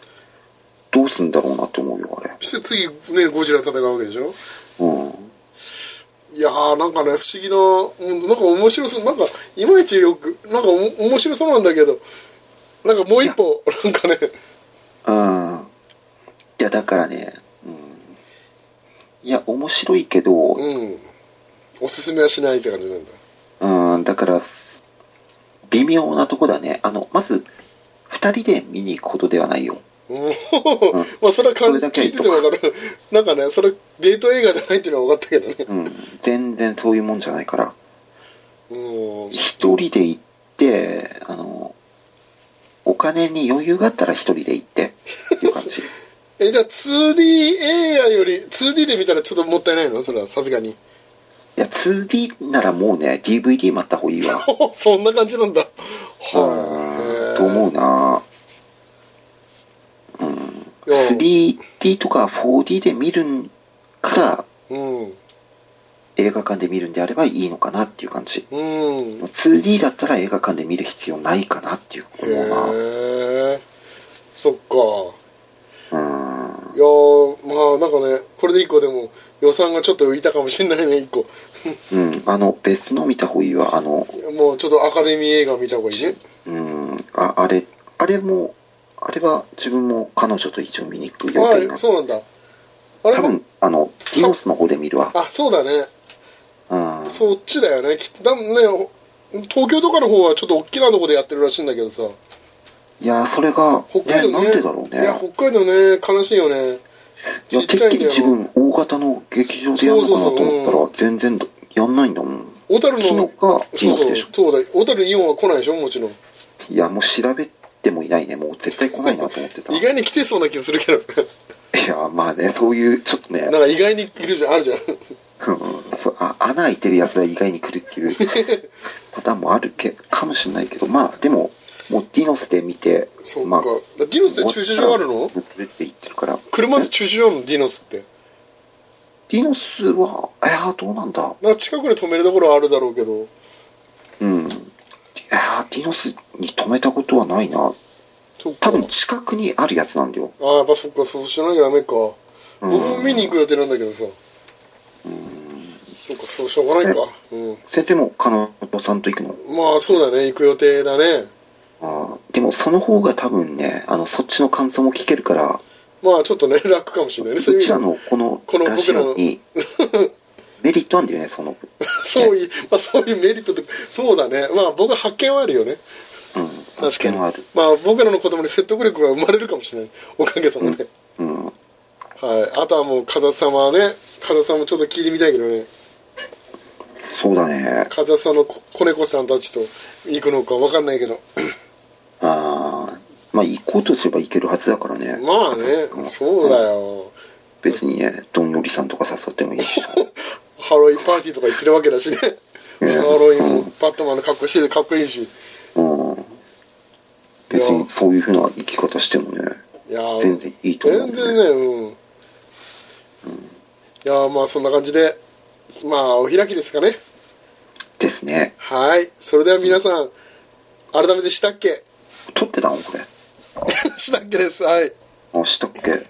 Speaker 2: どうすんだろうなと思うよあれ
Speaker 3: そして次ねゴジラ戦うわけでしょ
Speaker 2: うん
Speaker 3: いやーなんかね不思議なうんなんか面白そうなんかいまいちよくなんかおも面白そうなんだけどなんかもう一歩なんかね
Speaker 2: うんいやだからね、うん、いや面白いけど、
Speaker 3: うんおすすめはしないって感じなんだ
Speaker 2: うん、だから、微妙なとこだね。あの、まず、二人で見に行くことではないよ。
Speaker 3: うん
Speaker 2: うん
Speaker 3: まあそれは感じ
Speaker 2: それだけは
Speaker 3: 聞い
Speaker 2: 言ってと
Speaker 3: て
Speaker 2: く
Speaker 3: わかるなんかねそれデート映画じゃないっていうのは分かったけどね
Speaker 2: うん、全然そういうもんじゃないから。
Speaker 3: うん
Speaker 2: 一人で行って、あの、お金に余裕があったら一人で行って、っていう感じ。
Speaker 3: えじゃあ 2D 映画より 2D で見たらちょっともったいないのそれはさすがに [LAUGHS]
Speaker 2: いや、2D ならもうね、DVD 待った方がいいわ。
Speaker 3: そんな感じなんだ
Speaker 2: うん、
Speaker 3: はい
Speaker 2: と思うなうん。3D とか 4D で見るんから、
Speaker 3: うん
Speaker 2: 映画館で見るんであればいいのかなっていう感じ。
Speaker 3: うんへ
Speaker 2: 2D だったら映画館で見る必要ないかなっていう思うな
Speaker 3: えそっか
Speaker 2: うん
Speaker 3: いやーまあなんかねこれで一個でも予算がちょっと浮いたかもしれないね一個
Speaker 2: うんあの別の見た方がいいわあの
Speaker 3: もうちょっとアカデミー映画見た方がいいね
Speaker 2: うんああれあれもあれは自分も彼女と一応見に行く予
Speaker 3: は
Speaker 2: 定にな
Speaker 3: い
Speaker 2: って
Speaker 3: そうなんだあれ
Speaker 2: 多分あのディノスの方で見るわ
Speaker 3: あそうだね
Speaker 2: うん
Speaker 3: そっちだよねきっと多分ねほ東京とかの方はちょっと大きなとこでやってるらしいんだけどさ
Speaker 2: いやーそれが、
Speaker 3: 北海道
Speaker 2: ね、な
Speaker 3: ね
Speaker 2: んでだろうね
Speaker 3: いや北海道ね悲しいよね
Speaker 2: いや
Speaker 3: ちってちゃ
Speaker 2: っ
Speaker 3: い
Speaker 2: き
Speaker 3: んだ
Speaker 2: り自
Speaker 3: よ
Speaker 2: 分大型の劇場でやるのかなと思ったら全然やんないんだもん
Speaker 3: 小樽
Speaker 2: キノ
Speaker 3: の
Speaker 2: かキ
Speaker 3: そう
Speaker 2: ノ
Speaker 3: そ
Speaker 2: で
Speaker 3: う
Speaker 2: しょ
Speaker 3: そうだ小樽イオンは来ないでしょもちろん
Speaker 2: いやもう調べてもいないねもう絶対来ないなと思ってた
Speaker 3: 意外に来てそうな気もするけど
Speaker 2: いやまあねそういうちょっとね
Speaker 3: なんか意外にいるじゃんある
Speaker 2: [LAUGHS]
Speaker 3: じゃん
Speaker 2: うんそうあ穴開いてるやつが意外に来るって
Speaker 3: [LAUGHS]
Speaker 2: いうパターンもあるけかもしれないけどまあでももうディノスで見て
Speaker 3: そっ
Speaker 2: まあ
Speaker 3: かディノスって駐車場あるの
Speaker 2: それって言ってるから
Speaker 3: 車で駐車場あるのディノスって
Speaker 2: ディノスはえー、どうなんだ
Speaker 3: なんか近くで止めるところはあるだろうけど
Speaker 2: うんいやーディノスに止めたことはないな
Speaker 3: そっか
Speaker 2: 多分近くにあるやつなんだよ、
Speaker 3: ああやっぱそっかそうしなきゃダメか、
Speaker 2: う
Speaker 3: 僕
Speaker 2: ん、
Speaker 3: も見に行く予定なんだけどさそっかそうしょうがないかうん
Speaker 2: 先生も彼女さんと行くの
Speaker 3: まあそうだね行く予定だね
Speaker 2: あーでもその方が多分ねあのそっちの感想も聞けるから
Speaker 3: まあちょっとね楽かもしれないねそうういう意
Speaker 2: ち
Speaker 3: 味で
Speaker 2: らのこの
Speaker 3: この
Speaker 2: ラジ
Speaker 3: [LAUGHS]
Speaker 2: オにメリットあるんだよねその
Speaker 3: そう
Speaker 2: [LAUGHS]
Speaker 3: いう、まあ、そういうメリットとそうだねまあ僕は発見はあるよね
Speaker 2: うん
Speaker 3: 確かに
Speaker 2: ある
Speaker 3: まあ僕らの子供に説得力が生まれるかもしれないおかげさまで、
Speaker 2: うん
Speaker 3: はいあとはもう風様はね風様もちょっと聞いてみたいけどね
Speaker 2: そうだね
Speaker 3: 風様の子子猫さんたちと行くのか分かんないけど
Speaker 2: ああまあ行こうとすれば行けるはずだからね
Speaker 3: まあねそうだよ
Speaker 2: 別にねどんよりさんとか誘ってもいい
Speaker 3: [LAUGHS]
Speaker 2: し
Speaker 3: ハロウィンパーティーとか行ってるわけだしねハ
Speaker 2: ええ
Speaker 3: ロウィンもバットマンの格好しててかっこいいし
Speaker 2: うん別にそういうふうな生き方してもね
Speaker 3: いやー
Speaker 2: 全然いいと思うん
Speaker 3: 全
Speaker 2: だよ
Speaker 3: 然
Speaker 2: ね
Speaker 3: ねうん、いやーまあそんな感じでまあお開きですかね
Speaker 2: ですね
Speaker 3: はいそれでは皆さん改めてしたっけ [LAUGHS]
Speaker 2: 撮ってたのこれ
Speaker 3: したっけですはい
Speaker 2: あしたっけ